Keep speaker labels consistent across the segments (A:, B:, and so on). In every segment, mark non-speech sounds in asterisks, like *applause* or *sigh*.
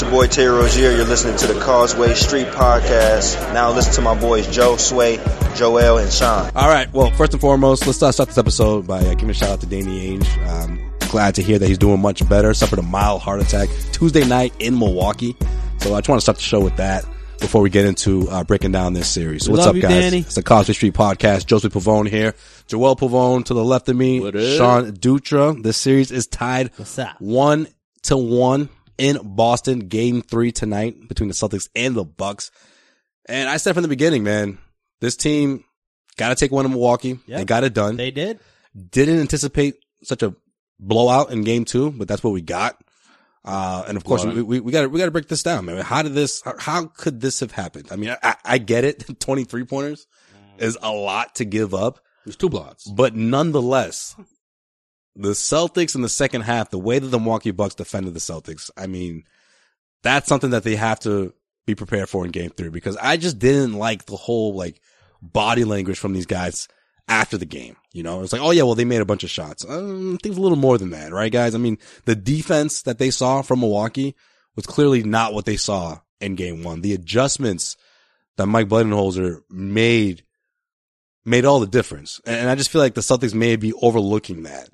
A: your boy Terry Rozier. You're listening to the Causeway Street Podcast. Now listen to my boys Joe Sway, Joel, and Sean.
B: All right. Well, first and foremost, let's uh, start this episode by uh, giving a shout out to Danny Ainge. Um, glad to hear that he's doing much better. Suffered a mild heart attack Tuesday night in Milwaukee. So I just want to start the show with that before we get into uh, breaking down this series. So
C: We
B: what's
C: love
B: up,
C: you,
B: guys?
C: Danny.
B: It's the Causeway Street Podcast. Joseph Pavone here. Joel Pavone to the left of me.
C: What up?
B: Sean Dutra. This series is tied
C: What's up?
B: one to one in Boston. Game three tonight between the Celtics and the Bucks. And I said from the beginning, man, this team got to take one to Milwaukee.
C: Yep.
B: They got it done.
C: They did.
B: didn't anticipate such a blowout in game two, but that's what we got. Uh, and of course, we, we, we gotta, we gotta break this down, man. How did this, how- how could this have happened? I mean, I, I get it. *laughs* 23 pointers is a lot to give up,
D: There's two blocks.
B: but nonetheless, the Celtics in the second half, the way that the Milwaukee Bucks defended the Celtics, I mean, that's something that they have to be prepared for in game three because I just didn't like the whole like body language from these guys after the game. You know, it's like, oh yeah, well, they made a bunch of shots. Um, I think it's a little more than that, right, guys? I mean, the defense that they saw from Milwaukee was clearly not what they saw in game one. The adjustments that Mike Budenholzer made made all the difference. And and I just feel like the Celtics may be overlooking that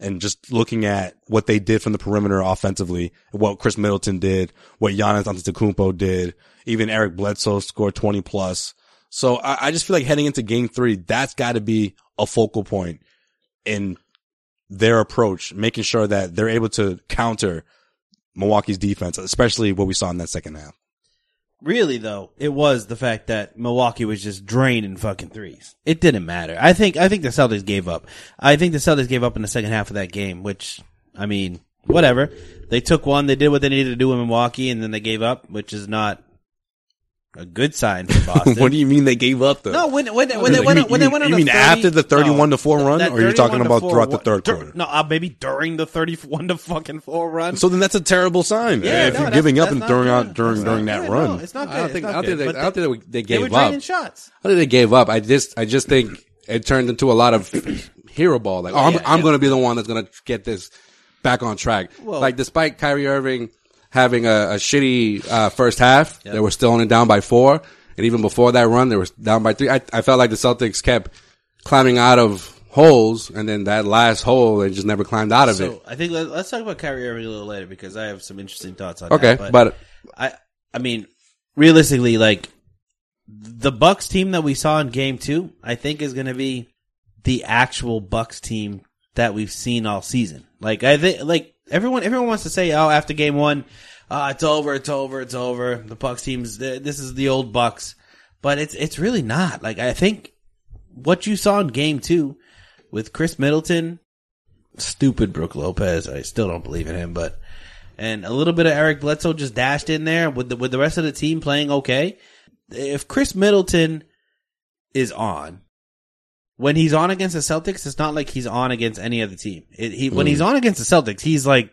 B: and just looking at what they did from the perimeter offensively, what Chris Middleton did, what Giannis Antetokounmpo did, even Eric Bledsoe scored 20 plus. So I, I just feel like heading into game three, that's got to be a focal point in their approach, making sure that they're able to counter Milwaukee's defense, especially what we saw in that second
D: *laughs*
B: half.
C: Really though, it was the fact that Milwaukee was just draining fucking threes. It didn't matter. I think I think the Celtics gave up. I think the Celtics gave up in the second half of that game, which I mean, whatever. They took one, they did what they needed to do in Milwaukee, and then they gave up, which is not a good
B: *laughs*
C: sign for Boston.
B: what do you mean they gave up though?
C: No, when when when they
B: You
C: went
B: mean-
C: on-
B: you
C: when they
B: mean-
C: went on
B: you
C: a
B: mean
C: 30
B: after the 31 to 4 run,
C: that
B: or you're talking
C: 31 to
B: about
C: 4
B: throughout the
C: run-
B: third
C: dur-
B: quarter?
C: No, uh, maybe during the thirty-one to fucking four run.
B: So then that's a terrible sign. man.
C: Yeah,
B: if
C: no,
B: you're
C: that's-
B: giving up
C: that's
B: and
C: not
B: throwing
C: good.
B: out during
C: That's
B: during
C: not-
B: that
C: yeah,
B: run,
C: no, it's not good.
D: I don't think.
C: It's not
D: I don't think.
C: good,
D: They,
C: but
D: I don't think they, they
C: They
D: gave
C: were
D: up.
C: draining shots.
D: I don't think they gave up. I just. I just think it turned into a lot of *clears throat* hero ball. Like, oh, I'm,
C: yeah,
D: I'm
C: yeah.
D: going to be the one that's going to get this back on track.
C: Well-
D: like, despite Kyrie Irving having a, a shitty uh, first half, they were still only down by four, and even before that run, they were down by three. I, I felt like the Celtics kept climbing out of holes, and then that last hole, they just never climbed out of it.
C: So I think let, let's talk about Kyrie Irving a little later because I have some interesting thoughts on
D: Okay,
C: that.
D: but-
C: I I mean realistically, like the Bucks team that we saw in Game Two, I think is going to be the actual Bucks team that we've seen all season. Like I think like everyone everyone wants to say oh after Game One, uh, it's over, it's over, it's over. The Bucks teams th- this is the old Bucks, but it's it's really not. Like I think what you saw in Game Two with Chris Middleton stupid Brooke Lopez. I still don't believe in him, but and a little bit of Eric Bledsoe just dashed in there with the with the rest of the team playing okay. If Chris Middleton is on, when he's on against the Celtics, it's not like he's on against any other team. It, he, When he's on against the Celtics, he's like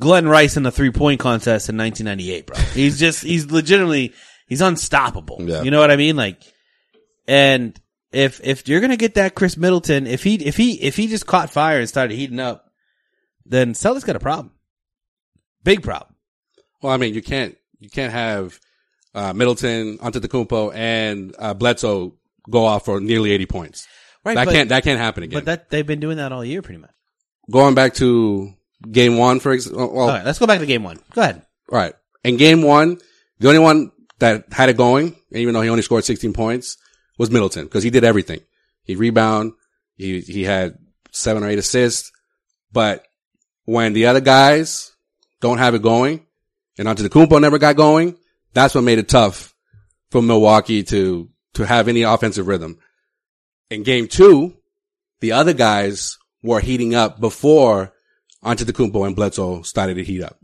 C: Glenn Rice in the three point contest in 1998, bro. He's just he's legitimately he's unstoppable.
B: Yeah.
C: You know what I mean? Like, and if if you're gonna get that Chris Middleton, if he if he if he just caught fire and started heating up, then Celtics got a problem, big problem.
D: Well, I mean, you can't you can't have uh, Middleton, Antetokounmpo, and uh, Bledsoe go off for nearly eighty points.
C: Right,
D: that
C: but-
D: can't that can't happen again.
C: But that they've been doing that all year, pretty much.
D: Going back to game one, for example. Well,
C: All right, let's go back to game one. Go ahead.
D: all right. In game one, the only one that had it going, even though he only scored 16 points, was Middleton because he did everything. He rebound. He, he had seven or eight assists. But when the other guys don't have it going and onto the Kumpo never got going, that's what made it tough for Milwaukee to, to have any offensive rhythm. In game two, the other guys were heating up before Antetokounmpo and Bledsoe started to heat up.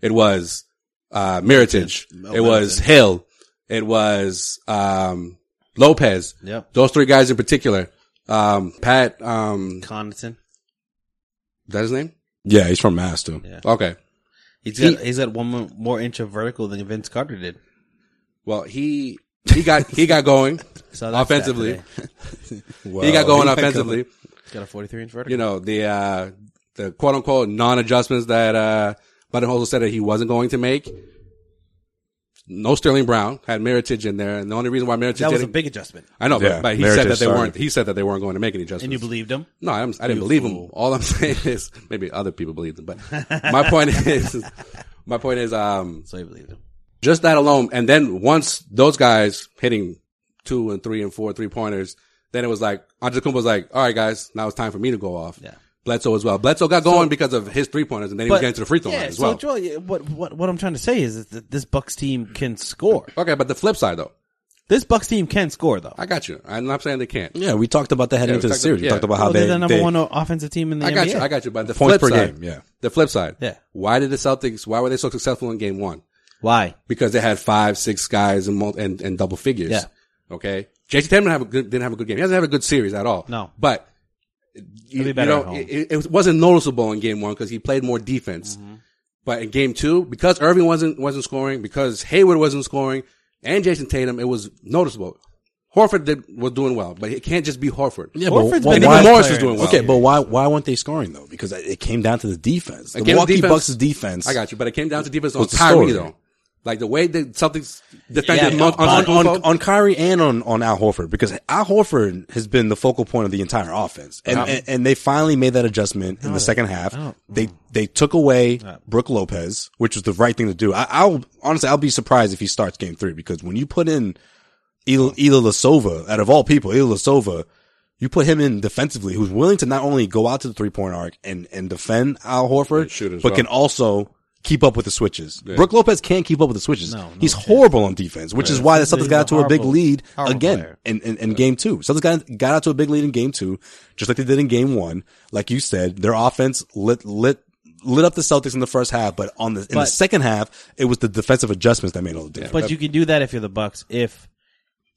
D: It was uh Miritich. it was Hill. It was um Lopez.
C: Yep.
D: Those three guys in particular. Um Pat um is
C: Connaughton.
D: that his name?
B: yeah, he's from Mass too.
C: Yeah.
D: Okay.
C: He's got, he's got one more- more inch of vertical than Vince Carter did.
D: Well he he got he
C: *laughs*
D: got going.
C: So
D: Offensively. He got going offensively.
C: he's got a 43 inch vertical.
D: You know, the uh the quote unquote non adjustments that uh Budenholzer said that he wasn't going to make. No Sterling Brown had Meritage in there, and the only reason why Meritage
C: That was a
D: didn't-
C: big adjustment.
D: I know,
B: Yeah,
D: but, but he
B: Meritage
D: said that they
B: started.
D: weren't. He said that they weren't going to make any adjustments.
C: And you believed him?
D: No, I'm, I didn't believe him. All I'm *laughs* saying is maybe other people believed him, but my point *laughs* is, my point is, um,
C: So you believed him.
D: just that alone. And then once those guys hitting two and three and four three pointers, then it was like Antetokounmpo was like, "All right, guys, now it's time for me to go off."
C: Yeah.
D: Bledsoe as well. Bledsoe got going because of his three pointers, and then he was getting to the free throw
C: yeah,
D: line as
C: so
D: well.
C: Joel, yeah, what, what, what I'm trying to say is that this Bucks team can score.
D: okay, but the flip side though,
C: This Bucks team can score, though.
D: I got you. I'm not saying they can't.
B: Yeah, we talked about that heading
D: Yeah, we
B: into the
D: talked
B: series. We
D: about-
B: talked about
D: yeah.
B: how
C: Well,
B: they,
C: Oh, they're the number
B: they-
C: one offensive team in the
D: I got
C: NBA.
D: you. I got you. But the
B: points
D: flip
B: per
D: side,
B: game. Yeah,
D: the flip side.
C: Yeah.
D: Why did the Celtics? Why were they so successful in Game One?
C: Why?
D: because they had five, six guys and mul- and, and double figures.
C: Yeah.
D: Okay. JC Tatum didn't have a good, didn't have a good game. He doesn't have a good series at all.
C: No.
D: But you,
C: be
D: you
C: better
D: know,
C: at home.
D: it, it wasn't noticeable in game one because he played more defense.
C: Mm-hmm.
D: But in game two, because Irving wasn't wasn't scoring, because Hayward wasn't scoring, and Jason Tatum, it was noticeable. Horford did, was doing well, but it can't just be Horford.
B: yeah.
C: Horford's
B: but
C: been
D: and
C: the
B: why-
D: even
C: best
D: Morris
C: player
D: was doing well.
B: Okay, but why why weren't they scoring though? Because it came down to the defense. The
D: It came to
B: Milwaukee
D: defense.
B: Bucks' defense.
D: I got you, but it came down to defense on
B: What's the
D: Kyrie
B: story?
D: though. Like the way the Celtics defended
C: Yeah,
D: on,
B: on,
D: on,
B: on, on, Kyrie and on, on Al Horford because Al Horford has been the focal point of the entire offense, and and, and they finally made that adjustment in the second half. They they took away Brooke Lopez, which was the right thing to do. I, I'll honestly I'll be surprised if he starts Game Three because when you put in Il- Ila Lasova, out of all people, Ila Lasova, you put him in defensively, who's willing to not only go out to the three point arc and, and defend Al Horford,
D: And shoot as
B: but
D: well.
B: can also keep up with the switches. Brooke Lopez can't keep up with the switches.
C: No, no
B: He's
C: chance.
B: horrible on defense, which is why the Celtics
C: He's
B: got
C: a
B: out to a big
C: horrible-
B: lead
C: horrible
B: again
C: player.
B: in, in, in game two. Celtics got, got out to a big lead in game two, just like they did in game one. Like you said, their offense lit, lit, lit up the Celtics in the first half, but on the, in the
C: But-
B: second half, it was the defensive adjustments that made all the difference.
C: But you can do that if you're the Bucks if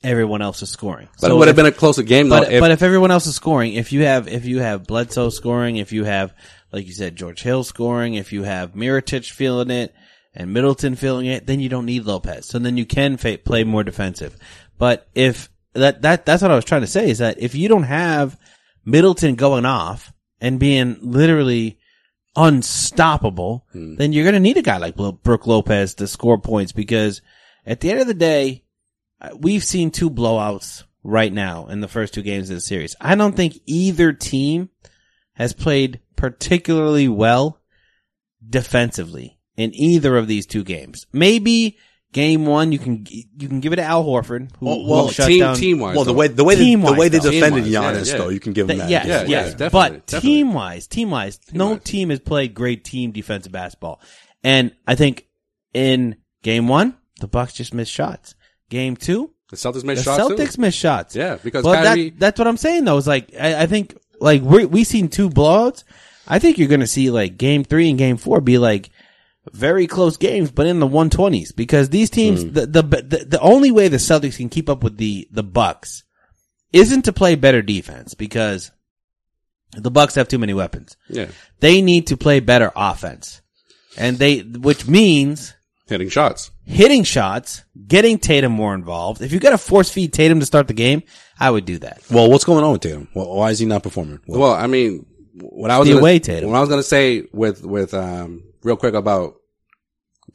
C: everyone else is scoring.
D: But
C: So
D: it would
C: if-
D: have been a closer game though.
C: But if, but if everyone else is scoring, if you have if you have Bledsoe scoring, if you have like you said George Hill scoring, if you have Miritich feeling it and Middleton feeling it, then you don't need Lopez. So then you can fa- play more defensive. But if that that that's what I was trying to say is that if you don't have Middleton going off and being literally unstoppable,
D: Hmm.
C: then you're going to need a guy like Blo- Brooke Lopez to score points because at the end of the day, uh, we've seen two blowouts right now in the first two games of the series. I don't think either team has played particularly well defensively in either of these two games. Maybe game one, you can, you can give it to Al Horford, who,
B: Well,
C: who
B: well,
C: shut
D: team
C: down.
D: team wise,
B: well, the way, the way, they, the
C: Team-wise,
B: way they
C: though.
B: defended
D: Team-wise,
B: Giannis,
D: yeah,
B: though, you can give them
C: Th-
B: that.
C: yes,
D: Yeah,
C: yes,
D: yeah, definitely,
C: but
D: definitely.
C: team wise, team wise, no
D: Team-wise.
C: team has played great team defensive basketball. And I think in game one, the Bucks just missed shots. Game two,
D: The Celtics made
C: the
D: shots too.
C: Celtics missed shots.
D: Yeah, because
C: but
D: Kyrie-
C: that, that's what I'm saying though. Is like I, I think like we we seen two blowouts. I think you're gonna see like game three and game four be like very close games, but in the 120s because these teams
D: Hmm.
C: the, the the the only way the Celtics can keep up with the the Bucks isn't to play better defense because the Bucks have too many weapons.
D: Yeah,
C: They need to play better offense, and they which means
D: hitting shots.
C: hitting shots, getting Tatum more involved. If you got to force feed Tatum to start the game, I would do that.
B: Well, what's going on with Tatum? Well, why is he not performing? Well,
D: Well, I mean, what I was
C: The
D: gonna,
C: away Tatum.
D: What I was gonna say with with um real quick about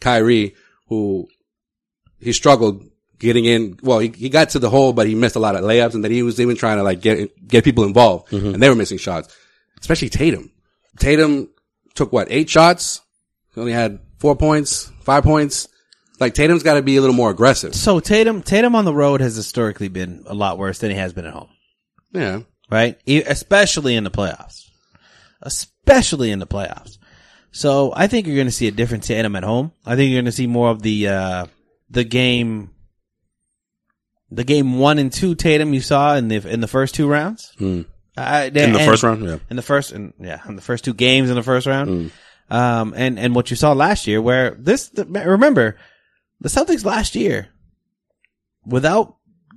D: Kyrie, who he struggled getting in. Well, he, he got to the hole, but he missed a lot of layups, and then he was even trying to like get get people involved, and they were missing shots, especially Tatum. Tatum took what eight shots. He only had four points, five points. Like Tatum's got to be a little more aggressive.
C: So Tatum, Tatum on the road has historically been a lot worse than he has been at home,
D: Yeah.
C: right? E- Especially in the playoffs, especially in the playoffs. So I think you're going to see a different Tatum at home. I think you're going to see more of the uh, the game, the game one and two Tatum you saw in the in the first two rounds. I-
B: Hmm. in the
C: and-
B: first round, yeah.
C: in the first and yeah in the first two games in the first round um and and what you saw last year where this the, remember the Celtics last year without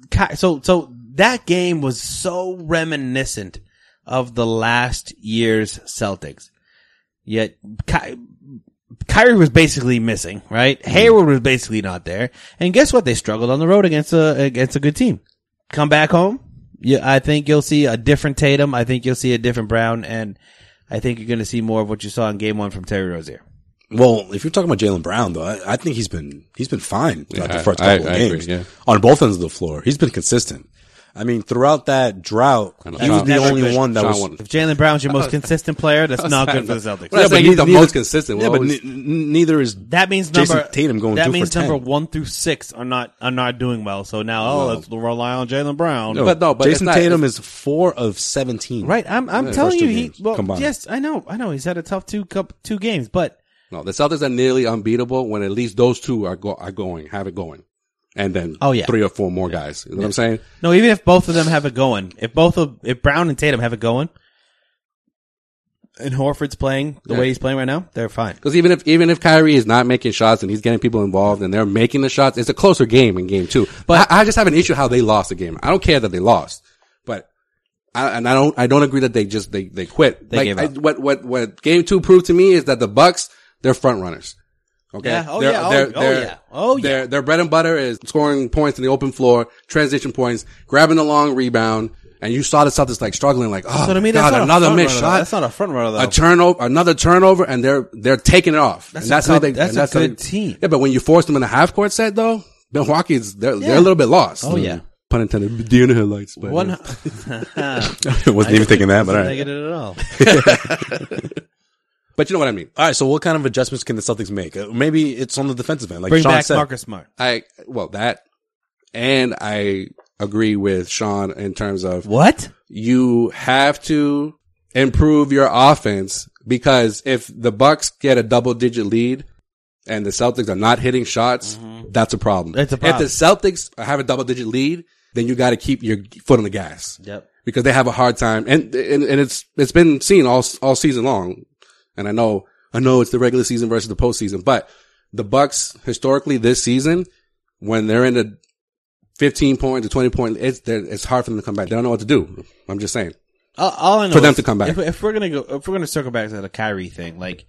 C: Ky- so so that game was so reminiscent of the last year's Celtics yet Ky- Kyrie was basically missing right Hayward was basically not there and guess what they struggled on the road against a against a good team come back home, yeah, I think you'll see a different Tatum. I think you'll see a different Brown, and I think you're going to see more of what you saw in Game One from Terry Rozier.
B: Well, if you're talking about Jalen Brown, though, I, I think he's been he's been fine throughout
D: Yeah,
B: the first
D: I-
B: couple
D: I- I
B: of
D: agree,
B: games
D: yeah.
B: on both ends of the floor. He's been consistent. I mean, throughout that drought,
D: I know.
B: he was
D: Sean-
B: the
C: Sean
B: only
C: was-
B: one that
D: Sean
B: was.
D: won.
C: If Jalen Brown's
B: *laughs*
C: your most consistent player, that's not good for the Celtics.
D: When I
B: Yeah,
D: say
B: but
D: he's the
B: neither-
D: most consistent.
B: Yeah,
D: we'll
B: but
D: always-
B: ne- n- neither is
C: That means number
B: Jason Tatum going
C: That
B: two for
C: means
B: 10.
C: number one through six are not are not doing well. So now, oh, let's rely on Jalen Brown.
D: But no, but it's
B: Jason
D: not-
B: Tatum is four of seventeen.
C: right, I'm I'm
D: Yeah,
C: telling
B: first
C: you,
B: two
C: he
B: games
C: well,
B: combined.
C: yes, I know, I know, he's had a tough two cup two games, but
D: No, the Celtics are nearly unbeatable when at least those two are go are going, have it going, and then
C: Oh, yeah.
D: three or four more guys. You know what I'm saying?
C: no, even if both of them have it going, if both of if Brown and Tatum have it going, and Horford's playing the
D: Yeah.
C: way he's playing right now, they're fine.
D: Because even if even if Kyrie is not making shots and he's getting people involved and they're making the shots, it's a closer game in game two. But I, I just have an issue how they lost the game. I don't care that they lost, but I, and I don't I don't agree that they just they they quit.
C: They gave
D: I-
C: up.
D: what what what game two proved to me is that the Bucks they're front runners. Okay.
C: Yeah. Oh,
D: They're-
C: yeah. Oh,
D: they're-
C: oh,
D: they're-
C: yeah. Oh, yeah.
D: Their their bread and butter is scoring points in the open floor, transition points, grabbing the long rebound, and you saw the Celtics like struggling, like oh
C: So to me,
D: my
C: that's
D: God,
C: not a
D: another
C: front
D: missed
C: runner,
D: shot
C: though. That's not a front runner though.
D: a turnover, another turnover, and they're they're taking it off.
C: That's
D: and
C: a
D: that's
C: good-
D: how they.
C: that's
D: and
C: a
D: how
C: good
D: they-
C: team.
D: Yeah, but when you force them in a half court set, though, Milwaukee's they're, they're
C: Yeah.
D: a little bit lost.
C: Oh, yeah.
D: pun intended. Deer in the headlights. But *laughs*
C: One, *laughs*
B: *laughs*
D: One,
B: wasn't even thinking that, but all right.
C: negative at all.
D: but you know what I mean.
B: All right. So, what kind of adjustments can the Celtics make? Uh, Maybe it's on the defensive end, like
C: Bring
B: Sean
C: back
B: said.
C: Marcus Smart.
D: I well that, and I agree with Sean in terms of
C: What?
D: you have to improve your offense because if the Bucks get a double digit lead and the Celtics are not hitting shots, that's a problem.
C: That's a
D: If the Celtics have a double digit lead, then you got to keep your foot on the gas
C: Yep.
D: because they have a hard time and, and and it's it's been seen all all season long. And I know I know it's the regular season versus the postseason, but the Bucks historically this season when they're in the 15 point to 20 point, it's they're- it's hard for them to come back. They don't know what to do. I'm just saying.
C: All, all I know
D: For them
C: is
D: to come back.
C: If, if we're gonna go, if we're gonna circle back to the Kyrie thing, like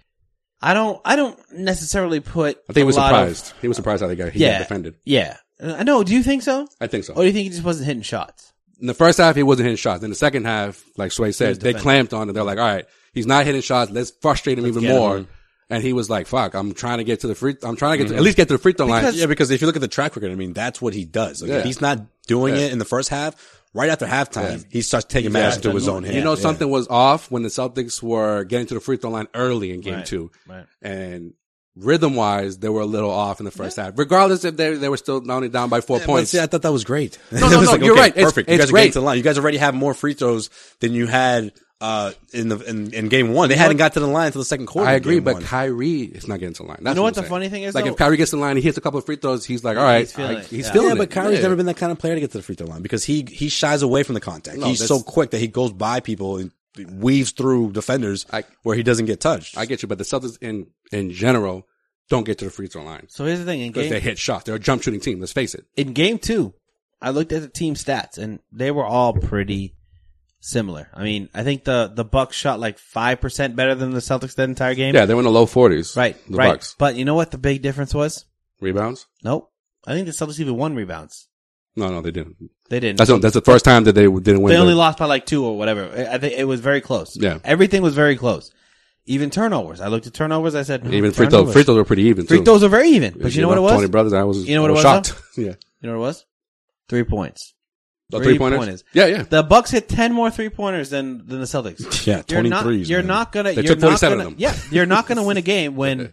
C: I don't, I don't necessarily put.
D: I think he was
C: a lot of-
D: surprised. he was surprised how they got he
C: yeah, Oh,
D: got defended.
C: Yeah, I know. Do you think so,
D: I think so.
C: or do you think he just wasn't hitting shots?
D: In the first half, he wasn't hitting shots. In the second half, like Sway
C: He was
D: said, they
C: defending.
D: clamped on it. They're like, all right, he's not hitting shots. Let's frustrate him even
C: get
D: more.
C: him.
D: And he was like, fuck, I'm trying to get to the free, I'm trying to get to, at least get to the free throw line.
C: Mm-hmm. Because-
B: Yeah, because if you look at the track record, I mean, that's what he does. Like,
D: Yeah.
B: If he's not doing
D: Yeah.
B: it in the first half, right after halftime, he starts taking matters into his own hands.
D: You know,
B: Yeah.
D: something was off when the Celtics were getting to the free throw line early in game
C: Right,
D: two.
C: right.
D: And rhythm wise, they were a little off in the first half. Regardless if they, they were still only down by four
B: Yeah, but
D: points.
B: see, I thought that was great. *laughs* No,
D: no, no, you're right. It's-
B: Perfect. you
D: it's
B: guys are getting
D: great.
B: to the line. You guys already have more free throws than you had uh, in the in, in game one. They hadn't got to the line until the second quarter.
D: I
B: of
D: agree,
B: game
D: but
B: one.
D: Kyrie is not getting to the line. That's
C: You know
D: what
C: what the
D: I'm saying.
C: funny thing is,
D: Like
C: though?
D: if Kyrie gets to the line, he hits a couple of free throws. He's like, all right,
C: He's feeling
D: I-
C: it.
D: he's
C: Yeah.
D: feeling
B: yeah, but
D: it.
B: Kyrie's
D: Yeah.
B: never been that kind of player to get to the free throw line because he he shies away from the contact. He's
D: that's-
B: so quick that he goes by people and weaves through defenders
D: I-
B: where he doesn't get touched.
D: I get you, but the Celtics in in general don't get to the free throw line
C: So here's the thing: in
D: because
C: game,
D: they hit shots. They're a jump shooting team. Let's face it.
C: in game two, I looked at the team stats, and they were all pretty similar. I mean, I think the the Bucks shot like five percent better than the Celtics that entire game.
D: Yeah, they were in the low forties.
C: Right.
D: The
C: right.
D: Bucks
C: But you know what? The big difference was
D: rebounds.
C: nope. I think the Celtics even won rebounds.
D: No, no, they didn't.
C: They didn't.
D: That's that's the first time that they didn't win.
C: They only
D: the-
C: lost by like two or whatever. I I think it was very close.
D: Yeah.
C: everything was very close. Even turnovers. I looked at turnovers. I said, hmm,
D: even free throw
C: turnovers.
D: free throws were pretty even.
C: Free
D: too.
C: throws are very even. But you know what it was?
D: Tony Brothers. I was.
C: You know what
D: I
C: it
D: was
C: was,
D: Shocked. yeah.
C: You know what it was? Three points.
D: The
C: Three
D: three pointers.
C: pointers.
D: Yeah, yeah.
C: The Bucks hit ten more three pointers than than the
D: *laughs*
C: Celtics.
B: Yeah,
C: you're not
B: 23s,
C: you're
B: man.
C: not gonna
D: They
C: you're
D: took
C: not
D: 47
C: gonna
D: of them.
C: yeah you're not gonna win a game
D: *laughs*
C: when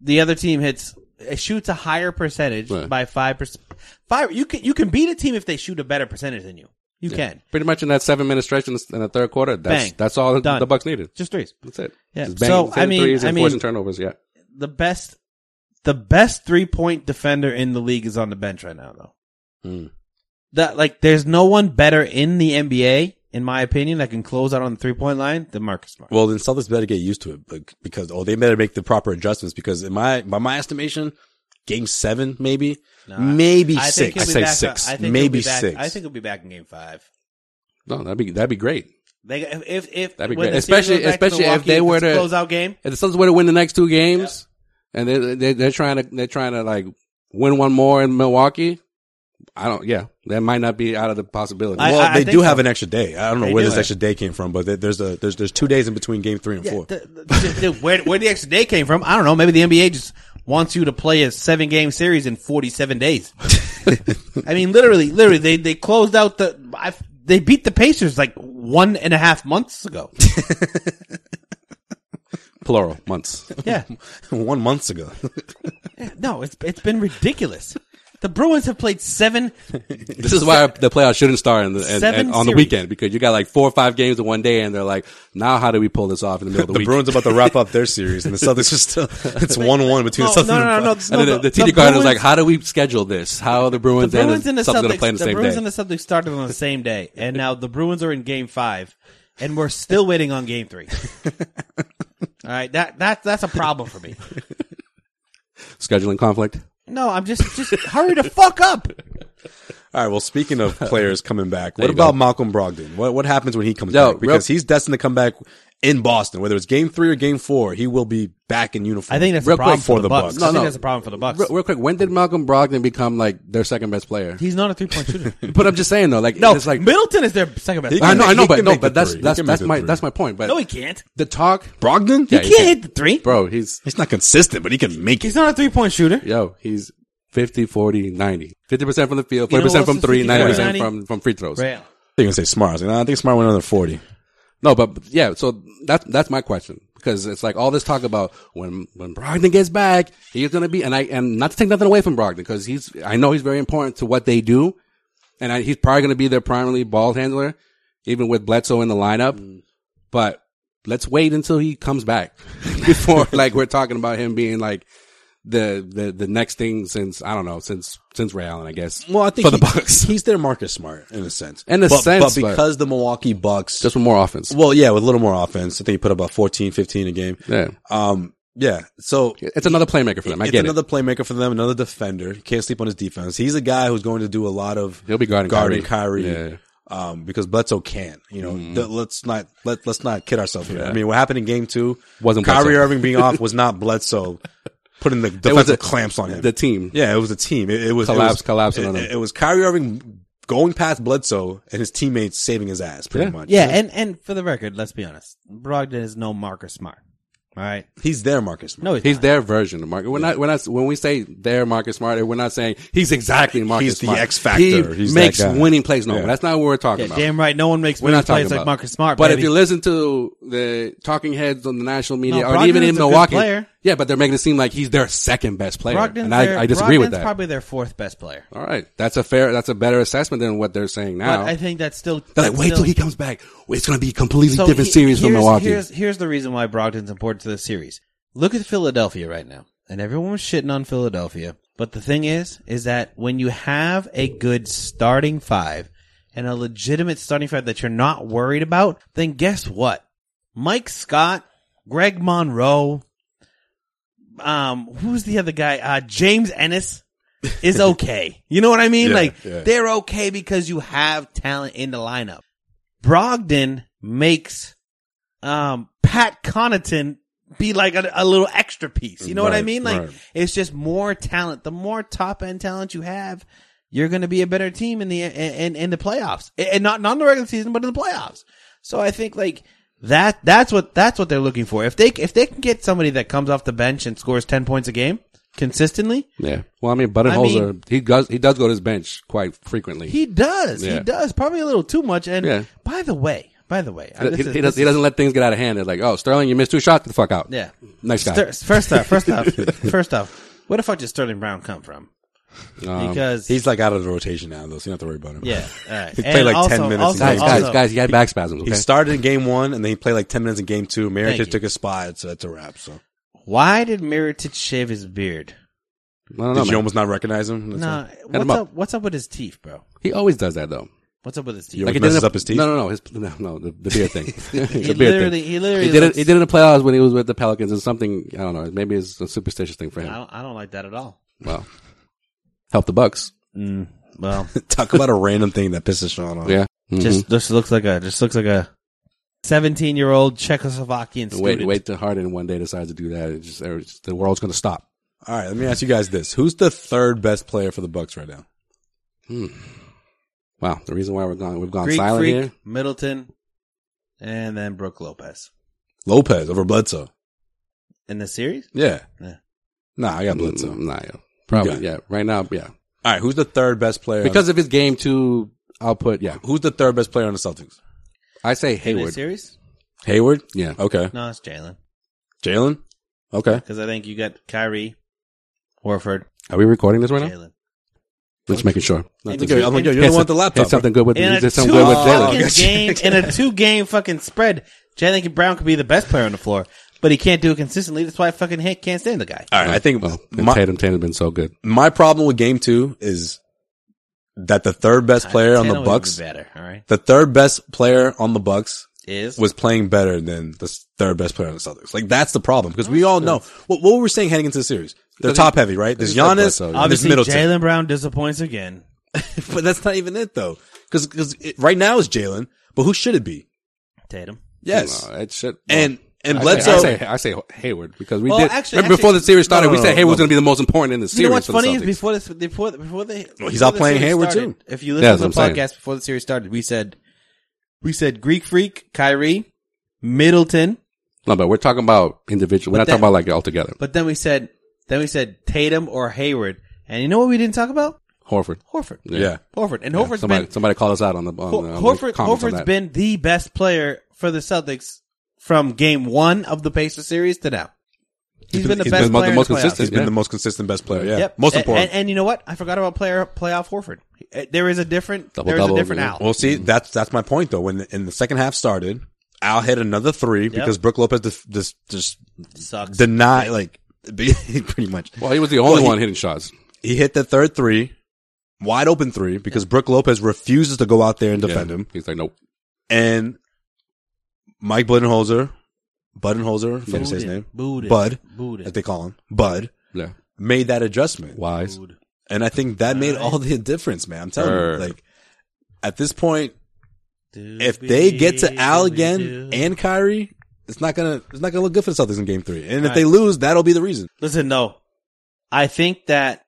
C: the other team hits it shoots a higher percentage
D: Right.
C: by five percent. Five you can you can beat a team if they shoot a better percentage than you. You can
D: Pretty much in that seven minute stretch in the, in the third quarter. That's
C: Bang.
D: that's all
C: Done.
D: the Bucks needed.
C: just threes.
D: That's it.
C: Yeah.
D: Just bang,
C: So,
D: hit
C: I mean-
D: threes
C: I
D: and
C: mean-
D: forcing turnovers. Yeah.
C: the best the best three point defender in the league is on the bench right now though.
D: Hmm.
C: That like there's no one better in the NBA, in my opinion, that can close out on the three point line than Marcus Smart.
B: Well, then Celtics better get used to it but- because oh, they better make the proper adjustments because in my by my estimation, game seven maybe, maybe
C: I
B: six.
C: think he'll
B: I
C: be
B: say
C: back- uh,
B: six,
C: I think he'll
B: maybe
C: be back-
B: six.
C: I think he'll be back in game five.
D: No, that'd be that'd be great.
C: They if if, if
D: That'd be
C: when
D: great.
C: the series
D: Especially-
C: goes back to
D: especially if
C: Milwaukee,
D: they were
C: it's a
D: to-
C: close out game.
D: If the Celtics were to win the next two games, and they, they they're trying to they're trying to like win one more in Milwaukee, I don't. Yeah, That might not be out of the possibility.
C: I-
B: Well,
C: I- I
B: they
C: think
B: do
C: so.
B: have an extra day. I don't know
C: They
B: where
C: do.
B: this extra day came from, but there- there's a there's there's two days in between game three and four.
C: The- the- the- where, where the extra day came from, I don't know. Maybe the NBA just wants you to play a seven game series in
B: *laughs*
C: 47 days. I mean, literally, literally, they, they closed out the, I, they beat the Pacers like one and a half months
B: *laughs*
C: ago.
D: Plural
C: *laughs*
D: months.
C: Yeah.
B: *laughs* One months
C: *laughs*
B: ago,
C: No, it's, it's been ridiculous. The Bruins have played seven.
D: This is why the playoffs shouldn't start in the, and,
C: Seven
D: and on the
C: series.
D: weekend because you got like four or five games in one day, and they're like, now how do we pull this off in the middle of the,
B: the
D: week?
B: Bruins about to wrap up their series,
C: *laughs*
B: and the Celtics are still it's one one between
C: No,
B: the Celtics. *laughs*
C: no, no,
B: and
C: no,
B: the-
D: *laughs* and
C: no,
D: then the, the,
C: the
D: TD Garden
C: Bruins-
D: was like, how do we schedule this? How are the
C: The
D: Bruins,
C: Bruins and the
D: Celtics going to
C: Celtics,
D: play on the
C: the
D: same
C: Bruins
D: day?
C: and the Celtics started on the same day, and now the Bruins are in Game Five, and we're still waiting on Game
D: *laughs*
C: Three. All right, that that that's a problem for me.
D: Scheduling conflict.
C: No, I'm just just hurry the fuck up.
B: All right. Well, speaking
C: *laughs*
B: of players coming back, what
D: you
B: about
D: go.
B: Malcolm Brogdon? What what happens when he comes
D: Yo,
B: back? Because
D: real-
B: he's destined to come back in Boston, whether it's game three or game four. He will be back in uniform.
C: I think that's
D: Real
C: a problem
D: quick,
B: for
C: for the
B: the
C: Bucks.
B: Bucks.
C: I
D: No,
C: think
D: no.
C: that's a problem for the Bucks.
D: Real, real quick, when did Malcolm Brogdon become like their second best player?
C: He's not a three point
D: *laughs*
C: shooter.
D: But I'm just saying though, like
C: no,
D: it's like
C: Middleton is their second best.
B: He
C: player.
D: I know, I know,
B: He
D: but
B: can
D: no,
B: make the
D: but that's
B: three. He
D: that's
B: can
D: that's
B: make the
D: my
B: three.
D: that's my point. But
C: no, he can't.
D: the talk,
B: Brogdon.
D: Yeah,
C: He
D: he
C: can't hit
D: can't.
C: the three.
D: bro, he's
B: He's not consistent, but he can make it.
C: He's not a three point shooter.
D: yo, he's 50, 40, 90. 50% from the field, 40%
C: You know who
D: from
C: else is
D: three,
C: 50,
D: 90%
C: 90?
D: from, from free throws.
C: Right.
B: They're gonna say Smart. I, was like, nah, I think Smart went under forty.
D: No, but but yeah, so that's that's my question because it's like all this talk about when when Brogdon gets back, he's gonna be and I and not to take nothing away from Brogdon because he's I know he's very important to what they do, and I, he's probably gonna be their primary ball handler, even with Bledsoe in the lineup.
B: Mm.
D: But let's wait until he comes back *laughs*
B: *laughs*
D: before like we're talking about him being like the the the next thing since I don't know since since Ray Allen I guess.
B: Well, I think
D: for the
B: he- *laughs*
D: Bucks,
B: he's their Marcus Smart in a sense.
D: In a
B: But-
D: sense,
B: but
D: but-
B: because the Milwaukee Bucks,
D: just with more offense.
B: well, yeah, with a little more offense, I think he put up about 14, 15 a game.
D: Yeah,
B: Um, yeah, so
D: it's another playmaker for them. I
B: it's
D: get
B: another
D: it.
B: playmaker for them, another defender. Can't sleep on his defense. He's a guy who's going to do a lot of
D: He'll be guarding
B: guarding
D: Kyrie.
B: Kyrie,
D: Yeah. Mm-hmm.
B: um, because Bledsoe can. You know, Th- let's not let let's not kid ourselves here. I mean, what happened in game two
D: Wasn't
B: Kyrie
D: Bledsoe.
B: Irving being off was not Bledsoe putting the
D: It was
B: defensive
D: a-
B: clamps on him.
D: the team.
B: Yeah, it was a team. It, it was it
D: Collapse-
B: was-
D: collapsing
B: it,
D: on him.
B: It, was Kyrie Irving going past Bledsoe and his teammates saving his ass, pretty
D: Yeah.
B: much.
C: Yeah, and and for the record, let's be honest, Brogdon is no Marcus Smart. All right,
B: he's there, Marcus. Smart.
C: no, he's,
D: He's
C: not.
D: their version of Marcus. We're not, we're not, when we say their Marcus Smart, we're not saying he's exactly Marcus
B: He's the
D: Smart.
B: X factor.
D: He
B: He's that
D: makes
B: guy.
D: winning plays. No,
B: Yeah.
D: that's not what we're talking
C: Yeah,
D: about.
C: damn right. No one makes
D: We're not talking
C: plays
D: about
C: like Marcus Smart.
D: But if
C: baby.
D: you listen to the talking heads on the national media, or
C: Brogdon
D: even
C: is
D: in
C: a good
D: Milwaukee,
C: player.
D: yeah, but they're making it seem like he's their second best player,
C: Brogdon's
D: and I,
C: their-
D: I disagree with
C: Brogdon's
D: that.
C: Probably their fourth best player.
D: All right, that's a fair, that's a better assessment than what they're saying
C: But
D: now.
C: I think that's still.
D: they're like,
C: that's
D: wait
C: still-
D: till he comes back. It's going to be a completely
C: So
D: different
C: he-
D: series from
C: here's-
D: Milwaukee.
C: Here's, here's the reason why Brogdon's important to this series. Look at Philadelphia right now, and everyone was shitting on Philadelphia. But the thing is, is that when you have a good starting five and a legitimate starting five that you're not worried about, then guess what? Mike Scott, Greg Monroe, um, who's the other guy? Uh, James Ennis
B: *laughs*
C: is okay. you know what I mean?
B: Yeah,
C: like
B: yeah.
C: they're okay because you have talent in the lineup. Brogdon makes um Pat Connaughton be like a, a little extra piece. You know what I
B: Right,
C: mean? Like
B: right.
C: it's just more talent. The more top end talent you have, you're going to be a better team in the in in the playoffs, and not not in the regular season, but in the playoffs. So I think like that that's what that's what they're looking for. If they if they can get somebody that comes off the bench and scores ten points a game consistently,
D: yeah. Well, I mean, Buttonholzer,
C: I mean-
D: he does, he does go to his bench quite frequently.
C: he does. He
D: Yeah.
C: does probably a little too much. And
D: Yeah.
C: by the way, by the way, I-
D: he,
C: this is-
D: he
C: this
D: does, he doesn't let things get out of hand. It's like, oh, Sterling, you missed two shots. Get the fuck out.
C: Yeah.
D: Nice guy.
C: Ster- first off, first
D: *laughs*
C: off, first off, where the fuck did Sterling Brown come from?
D: Um,
C: Because
B: He's like out of the rotation now, though, so you don't have to worry about him. *laughs*
C: yeah, all right.
B: He played
C: And
B: like 10
C: also-
B: minutes
C: Also,
B: in
D: guys,
B: game.
D: guys,
C: also-
D: guys, you had back spasms.
B: He
D: Okay?
B: started in game one and then he played like 10 minutes in game two.
C: Thank you.
B: Marikic took a spot, so that's a wrap. So
C: Why did Miritich shave his beard?
D: I don't know,
B: did you
D: man.
B: almost not recognize him? That's
C: Nah,
B: why.
C: what's
D: him
C: up.
D: up.
C: What's up with his teeth, bro?
D: He always does that though.
C: What's up with his teeth?
B: Yo, Like
D: he
B: messes
D: did it-
B: up his teeth?
D: No, no, no. His, *laughs* no, no. The, the beard
C: *laughs*
D: thing.
C: he
D: the beard
C: literally,
D: thing.
C: he literally.
D: He did it.
C: looks-
D: He did it in the playoffs when he was with the Pelicans. It's something I don't know. Maybe it's a superstitious thing for
C: I
D: him.
C: don't, I don't like that at all. Mm,
D: Well, help the Bucks.
C: Well,
B: *laughs* Talk about a random thing that pisses Sean off.
D: Yeah.
C: just
D: Mm-hmm.
C: just looks like a just looks like a seventeen year old Czechoslovakian
D: Mhm.
C: student.
D: wait, wait till Harden one day decides to do that. It's just, it's- the world's going to stop.
B: All right, let me ask you guys this. Who's the third best player for the Bucks right now?
D: Wow, the reason why we're gone, we've gone
C: Greek
D: silent
C: Freak,
D: here.
C: Middleton, and then Brooke Lopez
B: Lopez over Bledsoe.
C: in the series.
B: Yeah.
C: Yeah.
B: Nah, I got Bledsoe.
D: Mm, nah, yeah. probably.
B: Yeah.
D: Yeah. right now, yeah,
B: All right, who's the third best player? on-
D: because of his game two output. Yeah,
B: who's the third best player on the Celtics?
D: I say
C: In the
D: Hayward.
C: series?
B: Hayward.
D: Yeah, Oh,
B: Okay.
C: No, it's Jalen.
B: Jalen. Okay.
C: Because I think you got Kyrie, Horford,
D: are we recording this right now?
C: Jalen.
D: Just making sure.
B: I'm
D: Nothing
B: like, yo,
D: good.
B: I'm like, yo, you
D: Hit
B: don't want the
D: some-
B: laptop.
D: Hit something good with.
C: In a
D: Did
C: two
D: something good with
B: Oh,
D: *laughs* Jalen.
B: okay.
C: fucking game, in a two game fucking spread, Jalen Brown could be the best player on the floor, but he can't do it consistently. That's why I fucking hate, can't stand the guy.
B: All right, I think
D: Well, and
B: my,
D: Tatum Tatum's been so good.
B: my problem with game two is that the third best player on the
C: Tatum would
B: Bucks,
C: be better. All right,
B: the third best player on the Bucks
C: is
B: was playing better than the s- third best player on the Celtics. Like that's the problem because we all know what, what we were saying heading into the series. They're
D: Because he-
B: top heavy, right? There's
D: he's like
B: Giannis,
D: Bledsoe, yeah.
B: and there's
C: obviously
B: Middleton,
C: Jalen Brown disappoints again.
B: but that's not even it though. Because right now it's Jalen, but who should it be?
C: Tatum.
B: Yes,
D: No, that shit.
B: and and
D: I
B: Bledsoe.
D: say, I say, I say Hayward because we
C: Well,
D: did.
C: actually-
D: remember before
C: actually-
D: the series started,
B: No, no,
D: we
B: no,
D: said Hayward's
B: no.
D: going to be the most important in the series.
C: You know what's
D: for the
C: funny is
D: Celtics.
C: before this, before before they, before
B: he's out
C: the
B: playing
C: series
B: Hayward,
C: started,
B: too.
C: If you
D: Yeah,
C: listen
D: that's
C: to the
D: what I'm
C: podcast before the series started, we said, we said Greek Freak, Kyrie, Middleton,
D: no, but we're talking about individual. We're not
C: But
D: talking
C: that-
D: about like all together.
C: but then we said, then we said Tatum or Hayward, and you know what we didn't talk about?
D: Horford.
C: Horford.
B: Yeah.
C: Horford, and
D: Yeah,
C: Horford's
D: somebody,
C: been
D: somebody called us out on the, on,
C: Hor-
D: the- on the
C: Horford.
D: comments on
C: Horford's
D: that.
C: been the best player for the Celtics from game one of the Pacers series to now. he's been the
B: he's
C: best
D: been the
C: player. in
D: most
C: the playoffs.
D: consistent.
B: He's been
D: Yeah.
B: the most consistent best player. Yeah,
C: Yep.
B: most
C: A-
B: important.
C: And, and you know what? I forgot about player playoff Horford. Uh, There is a different.
D: Double
C: there is
D: double,
C: a different
D: yeah.
C: out.
B: Well, see, that's that's my point though. When the, in the second half started, Al hit another three because Brooke Lopez just just, just
C: Sucks.
B: did not like *laughs* pretty much.
D: Well, he was the only
B: Well, he-
D: one hitting shots.
B: He hit the third three, wide open three because Brooke Lopez refuses to go out there and defend
D: Yeah.
B: him.
D: He's like, nope.
B: And Mike Budenholzer, Budenholzer, can't say his name,
C: Booted.
B: Bud,
C: Booted.
B: as they call him, Bud
D: Yeah.
B: made that adjustment.
D: Wise.
C: Booted.
B: And I think that made
C: Right.
B: all the difference, man. I'm telling
D: Sure.
B: you, like at this point,
C: Do
B: if they
C: we-
B: get to
C: do
B: Al
C: we
B: again
C: do?
B: and Kyrie, it's not gonna it's not gonna look good for the Celtics in Game Three. And if
C: Right.
B: they lose, that'll be the reason.
C: listen, though, I think that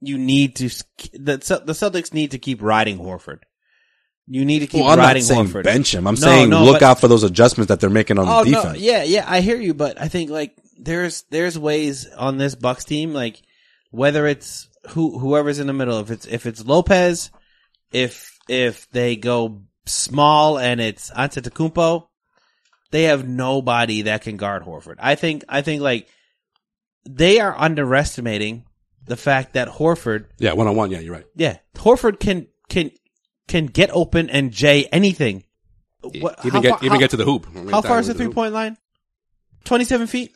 C: you need to sk- the Ce- the Celtics need to keep riding Horford. You need to keep
B: Well, I'm
C: riding
B: not saying
C: Horford.
B: bench him. I'm
C: No,
B: saying
C: no,
B: look
C: but- Oh,
B: out for those adjustments that they're making on the defense.
C: No, yeah, yeah, I hear you, but I think like there's there's ways on this Bucks team, like whether it's who whoever's in the middle, if it's if it's Lopez, if if they go small and it's Antetokounmpo, they have nobody that can guard Horford. I think I think like they are underestimating the fact that Horford,
D: Yeah, one on one. Yeah, you're right.
C: yeah, Horford can can can get open and Jay anything. What-
D: even
C: how
D: get
C: far-
D: even
C: how-
D: get to the hoop. I mean,
C: how
D: that
C: far
D: was
C: is the three
D: hoop.
C: point line? Twenty seven feet.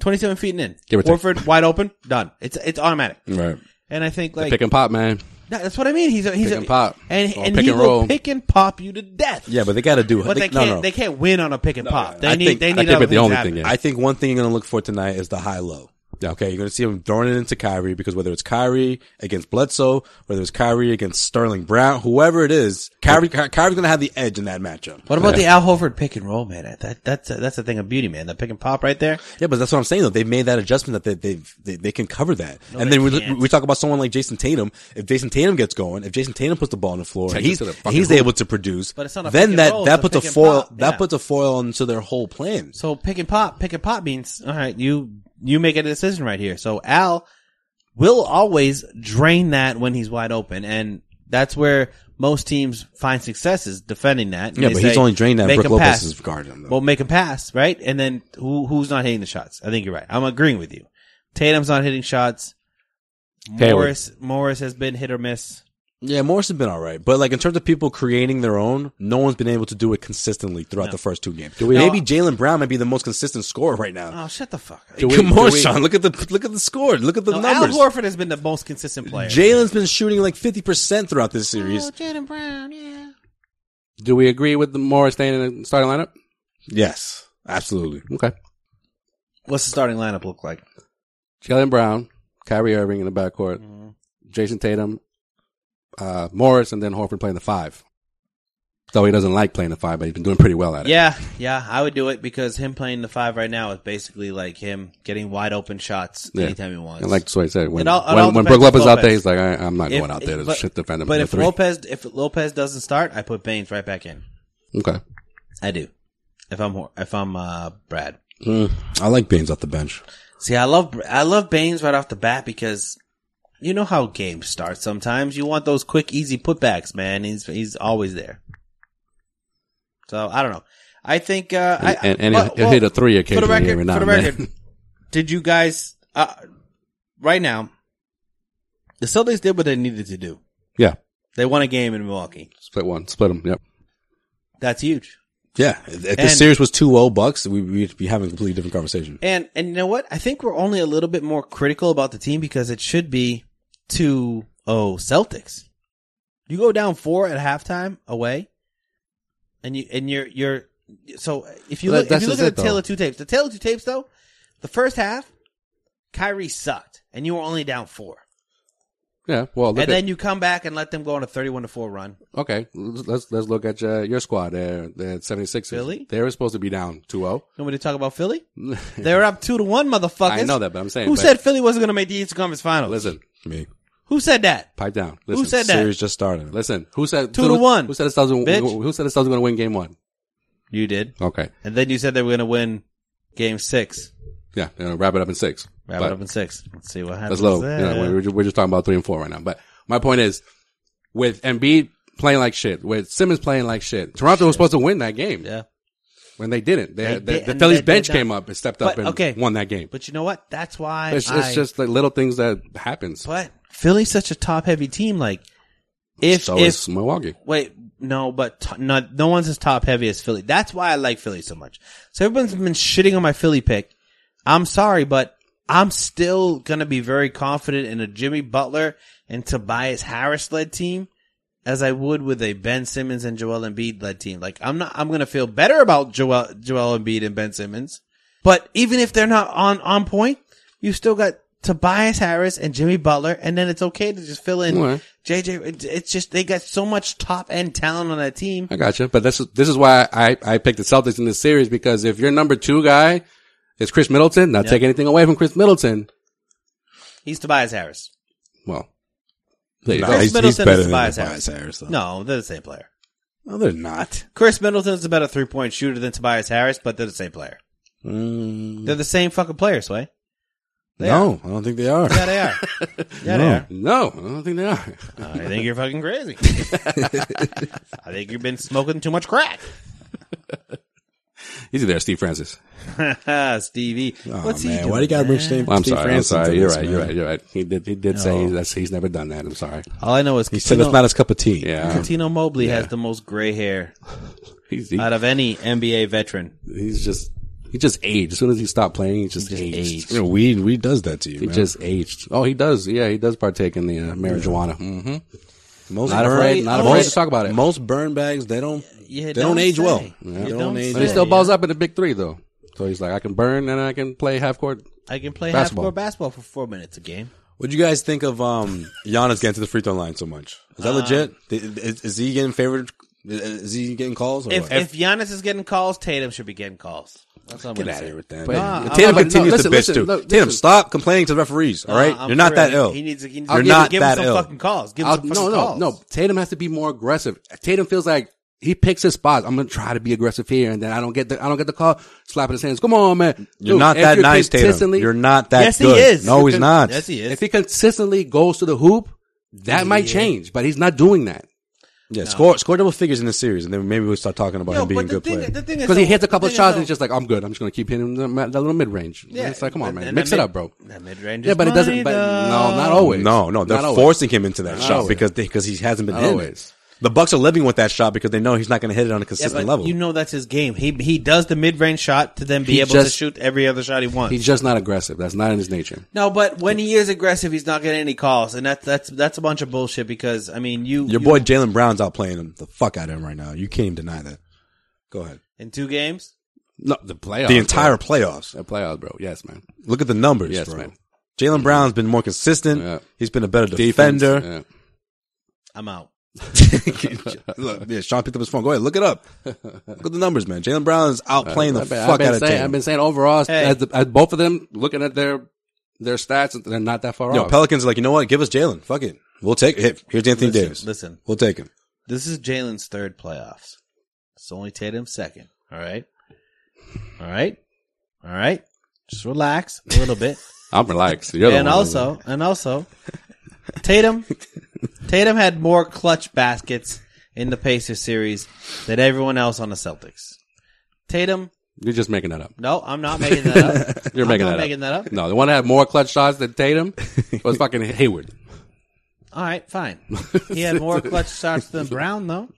C: Twenty seven feet and in.
D: Give or take.
C: Horford wide open. Done. It's it's automatic.
B: Right.
C: And I think
D: The
C: like
D: pick and pop, man.
C: no, that's what I mean. He's a, he's
D: Pick
C: a,
D: and pop.
C: and,
D: Or
C: and
D: pick
C: he
D: and
C: will
D: roll.
C: pick and pop you to death.
B: Yeah, but they gotta do it.
C: but they, can't
B: no, no.
C: they can't win on a pick and pop. They
B: I
C: need
B: think-
C: they
B: I
C: need
D: think
C: other
D: that's the
C: things
D: only
C: happen.
D: thing, yeah.
B: I think one thing you're gonna look for tonight is the high low.
D: Yeah.
B: Okay, you're gonna see him throwing it into Kyrie because whether it's Kyrie against Bledsoe, whether it's Kyrie against Sterling Brown, whoever it is, Kyrie Ky- Kyrie's gonna have the edge in that matchup.
C: What about the Al Horford pick and roll, man? That that's a, that's a thing of beauty, man. That pick and pop right there.
B: Yeah, but that's what I'm saying though. They've made that adjustment that they they've, they they can cover that. and
C: they
B: then we,
C: can't.
B: we talk about someone like Jason Tatum. If Jason Tatum gets going, if Jason Tatum puts the ball on the floor, and
D: Take it
B: he's
D: to the
B: and
D: fucking
B: he's
D: hoop.
B: able to produce.
C: But it's not a pick
B: then
C: and
B: that
C: roll,
B: that
C: it's a
B: puts a
C: pick and
B: foil
C: pop.
B: that
C: Yeah.
B: puts a foil into their whole plan.
C: So pick and pop, pick and pop means all right. You you make a decision right here. So Al will always drain that when he's wide open, and that's where most teams find success is defending that.
B: Yeah,
C: They
B: but
C: say,
B: he's only drained that
C: "Make
B: Brook
C: him
B: Lopez
C: pass."
B: is guarding him. Though.
C: Well, make him pass, right? And then who who's not hitting the shots? I think you're right. I'm agreeing with you. Tatum's not hitting shots.
D: Hayward.
C: Morris Morris has been hit or miss.
B: yeah, Morris has been all right, but like in terms of people creating their own, no one's been able to do it consistently throughout the first two games. Maybe Jalen Brown might be the most consistent scorer right now.
C: Oh, shut the fuck up.
B: Come
D: do
B: on,
D: we-
B: Sean. Look at the look at the score. Look at the
C: No, Al
B: numbers.
C: Horford has been the most consistent player.
B: Jalen's been shooting like fifty percent throughout this series.
C: Jalen Oh, Brown, yeah.
D: Do we agree with the Morris staying in the starting lineup?
B: Yes, absolutely.
D: Okay.
C: What's the starting lineup look like?
D: Jalen Brown, Kyrie Irving in the backcourt,
C: Mm-hmm.
D: Jason Tatum, uh, Morris, and then Horford playing the five. Though he doesn't like playing the five, but he's been doing pretty well at it.
C: Yeah, yeah, I would do it because him playing the five right now is basically like him getting wide open shots
D: Yeah.
C: anytime he wants.
D: And like so I said, when
C: It all- it all
D: when, when
C: depends
D: Brook
C: on
D: Lopez out
C: Lopez.
D: there, he's like, I, I'm not going out there to
C: but-
D: shit defend him.
C: But
D: with
C: if
D: three.
C: Lopez if Lopez doesn't start, I put Baines right back in.
D: okay,
C: I do. If I'm Hor- if I'm uh, Brad.
D: Mm,
B: I like Baines off the bench.
C: See, I love I love Baines right off the bat because you know how games start. Sometimes you want those quick, easy putbacks, man. He's he's always there. So I don't know. I think uh,
D: and,
C: I,
D: and, and
C: well-
D: he'll, he'll
C: well,
D: hit a three
C: for the
D: occasionally
C: record.
D: every now
C: For the
D: and then.
C: record, did you guys uh, right now? The Celtics did what they needed to do.
D: yeah,
C: They won a game in Milwaukee.
D: *laughs* split one, split them. Yep.
C: That's huge.
B: Yeah. If if the
C: And-
B: series was 2-0 Bucks, we, we'd be having a completely different conversation.
C: And and you know what? I think we're only a little bit more critical about the team because it should be 2-0 Celtics. You go down 4 at halftime away and you and you're you're so if you
D: Well,
C: look if
D: that's
C: you look
D: just
C: at
D: it,
C: the tail of two tapes, the tail of two tapes though, the first half Kyrie sucked and you were only down 4.
D: Yeah. Well, look
C: and
D: at,
C: then you come back and let them go on a 31 to 4 run.
D: okay, let's let's let's look at your, your squad there, the 76ers.
C: Philly?
D: They were supposed to be down 2-0.
C: You want me to talk about
D: *laughs*
C: Philly? they were up 2 to 1 motherfuckers.
D: I know that, but I'm saying.
C: Who
D: but
C: said Philly wasn't going to make the Eastern Conference Finals?
D: Listen,
B: Me.
C: Who said that?
D: pipe down. Listen,
C: Who said that?
B: Series just started.
D: Listen, who said
C: Two to one,
D: Who said the Celtics? were-
C: bitch.
D: Who said the Celtics were going to win Game One?
C: You did.
D: Okay,
C: And then you said they were going to win game six.
D: yeah, you know, wrap it up in six.
C: Wrap
D: But-
C: it up in six. Let's see what happens.
D: That's low.
C: there.
D: You know, we're, ju- we're just talking about three and four right now. But my point is, with Embiid playing like shit, with Simmons playing like shit, Toronto was supposed to win that game
C: yeah.
D: when they didn't. They,
C: They
D: had the-
C: did-
D: the
C: and
D: Phillies
C: they did
D: bench
C: not.
D: came up and stepped
C: But,
D: up and
C: okay.
D: won that game.
C: But you know what? That's why
D: It's,
C: I,
D: it's just like little things that happens.
C: But Philly's such a top heavy team. Like, if
D: so
C: if
D: is Milwaukee.
C: wait no, but t- no, no one's as top heavy as Philly. That's why I like Philly so much. So everyone's been shitting on my Philly pick. I'm sorry, but I'm still gonna be very confident in a Jimmy Butler and Tobias Harris led team. as I would with a Ben Simmons and Joel Embiid led team. Like I'm not, I'm gonna feel better about Joel Joel Embiid and Ben Simmons. But even if they're not on on point, you still got Tobias Harris and Jimmy Butler, and then it's okay to just fill in
D: Alright.
C: JJ. It- It's just they got so much top end talent on that team.
D: I gotcha. But this is this is why I, I picked the Celtics in this series because if your number two guy is Chris Middleton, not
C: Yeah.
D: take anything away from Chris Middleton.
C: He's Tobias Harris.
D: Well, there you
B: Nah,
D: go.
C: Chris
B: he's, he's
C: Middleton
B: better
C: is
B: than
C: Tobias
B: Tobias
C: Harris.
B: Harris. though.
C: No, they're the same player.
B: no, they're not.
C: Chris Middleton's a better three point shooter than Tobias Harris, but they're the same player.
B: Mm,
C: They're the same fucking player, Sway. They
B: no, I don't think they are.
C: Yeah, they
B: *laughs*
C: are. Yeah, they
B: No.
C: are.
D: No, I don't think they are.
C: I think you're
B: *laughs*
C: fucking crazy. I think you've been smoking too much crack. *laughs*
D: He's there, Steve Francis.
C: Stevie.
B: Oh,
C: *laughs* what's
B: man,
C: he doing?
B: why do you gotta bring Steve,
D: Well, I'm
B: Steve
D: sorry.
B: Francis
D: I'm sorry.
B: into
D: You're
B: this,
D: right.
B: man?
D: You're right. You're right. He did. He did say that's he's never done that. I'm sorry.
C: All I know is
B: He said it's not his cup of tea.
D: Yeah.
C: Tino Mobley has the most gray hair
D: He's he,
C: out of any NBA veteran.
D: he's just he just aged. As soon as he stopped playing, he just, aged.
B: You know, weed, weed does that to you.
D: He
B: man.
D: just aged. Oh, he does. Yeah, he does partake in the uh, marijuana. Mm-hmm.
B: most
D: Not
B: burn-
D: afraid.
C: I'm
D: Not afraid
C: afraid-
D: to talk about it.
B: Most burn bags, they don't.
C: Oh, You
B: They don't age
C: say.
B: well.
C: You
B: They
C: don't
B: don't age
D: But he
C: say.
D: still balls up in the big three though. So he's like, I can burn and I can play half court.
C: I can play
D: Basketball.
C: half-court basketball for four minutes a game.
B: What'd you guys think of um Giannis getting to the free throw line so much? Is that
C: Uh,
B: legit? Is, is he getting favored? Is he getting calls? Or
C: If,
B: what?
C: if Giannis is getting calls, Tatum should be getting calls. That's what I'm
B: Get
C: gonna
B: out of
C: say.
B: here with that.
D: But-
B: man.
D: Nah,
B: Tatum
D: I'm-
B: continues
D: no, listen,
B: to bitch
D: listen,
B: too.
D: no,
B: Tatum,
D: listen.
B: stop complaining to the referees. All right,
C: Uh, I'm
B: you're not
C: for real.
B: that ill.
C: He needs. to- He needs
B: You're
C: to
B: not
C: give
B: that
C: him some
B: ill.
C: fucking calls. Give him
D: I'll-
C: some fucking
D: no, no,
C: calls.
D: no. Tatum has to be more aggressive. Tatum feels like he picks his spots. I'm gonna try to be aggressive here, and then I don't get the I don't get the call. Slapping his hands. Come on, man.
B: You're
D: Dude,
B: not
D: if
B: that
D: you're
B: nice, Tatum.
D: consistently-
B: You're not that
C: Yes, he
B: good.
C: is.
B: No, he's
D: You're
B: not.
C: Yes, he is.
D: If he consistently goes to the hoop, that might change, but he's not doing that
B: Yeah, score score double figures in the series, and then maybe we'll start talking about
C: No,
B: him being a
C: but the
B: good
C: thing-
B: player.
C: the thing is
D: because he
C: though-
D: hits a couple
C: the thing is
D: shots and
C: though-
D: it's just like, I'm good. I'm just going to keep hitting the, ma- that little mid range. Yeah, it's like, come on,
C: and-
D: man,
C: and
D: mix
C: that
D: it
C: mid-
D: up, bro.
C: That mid range.
D: Yeah, but it doesn't. But no, not always.
B: No, no, they're
D: Not always.
B: forcing him into that shot
D: always.
B: because they, because he hasn't been
D: Not
B: hitting
D: always.
B: it. The Bucks are living with that shot because they know he's not going to hit it on a consistent level.
C: You know that's his game. He he does the mid range shot to then be
D: He
C: able to
D: just-
C: shoot every other shot he wants.
D: He's just not aggressive. That's not in his nature.
C: no, but when he is aggressive, he's not getting any calls, and that's that's that's a bunch of bullshit. Because I mean, you
B: Your
C: you-
B: boy Jalen Brown's out playing him the fuck out of him right now. You can't even deny that. Go ahead.
C: in two games.
D: No, the playoffs.
B: The entire
D: bro.
B: playoffs.
D: the playoffs, bro. Yes, man.
B: Look at the numbers,
D: Yes,
B: bro.
D: man.
B: Jalen Brown's been more consistent.
D: Yeah.
B: He's been a better
D: Defense,
B: defender.
D: yeah.
C: I'm out.
B: *laughs* Look, yeah, Sean picked up his phone. Go ahead, look it up. Look at the numbers, man. Jalen Brown is out playing the
D: I've been, I've
B: fuck
D: been
B: out of
D: saying,
B: Tatum.
D: I've been saying overall,
C: Hey.
D: as, the, as both of them looking at their their stats, they're not that far
B: Yo,
D: off.
B: Pelicans are like, you know what? Give us Jalen. Fuck it. We'll take it. Here's Anthony
C: Listen,
B: Davis.
C: listen.
B: We'll take him.
C: This is Jalen's third playoffs. It's only Tatum's second. All right. All right. All right. Just relax a little
D: *laughs*
C: bit.
D: I'm relaxed. You're the
C: and
D: one.
C: also, and also, Tatum, Tatum had more clutch baskets in the Pacers series than everyone else on the Celtics. Tatum,
D: you're just making that up.
C: no, I'm not making that up.
D: *laughs* You're
C: I'm
D: making
C: not
D: that
C: making that up.
D: up. No, the one that had more clutch shots
C: *laughs*
D: than Tatum was fucking Hayward.
C: All right,
D: *laughs*
C: fine. He had more clutch shots than Brown, though.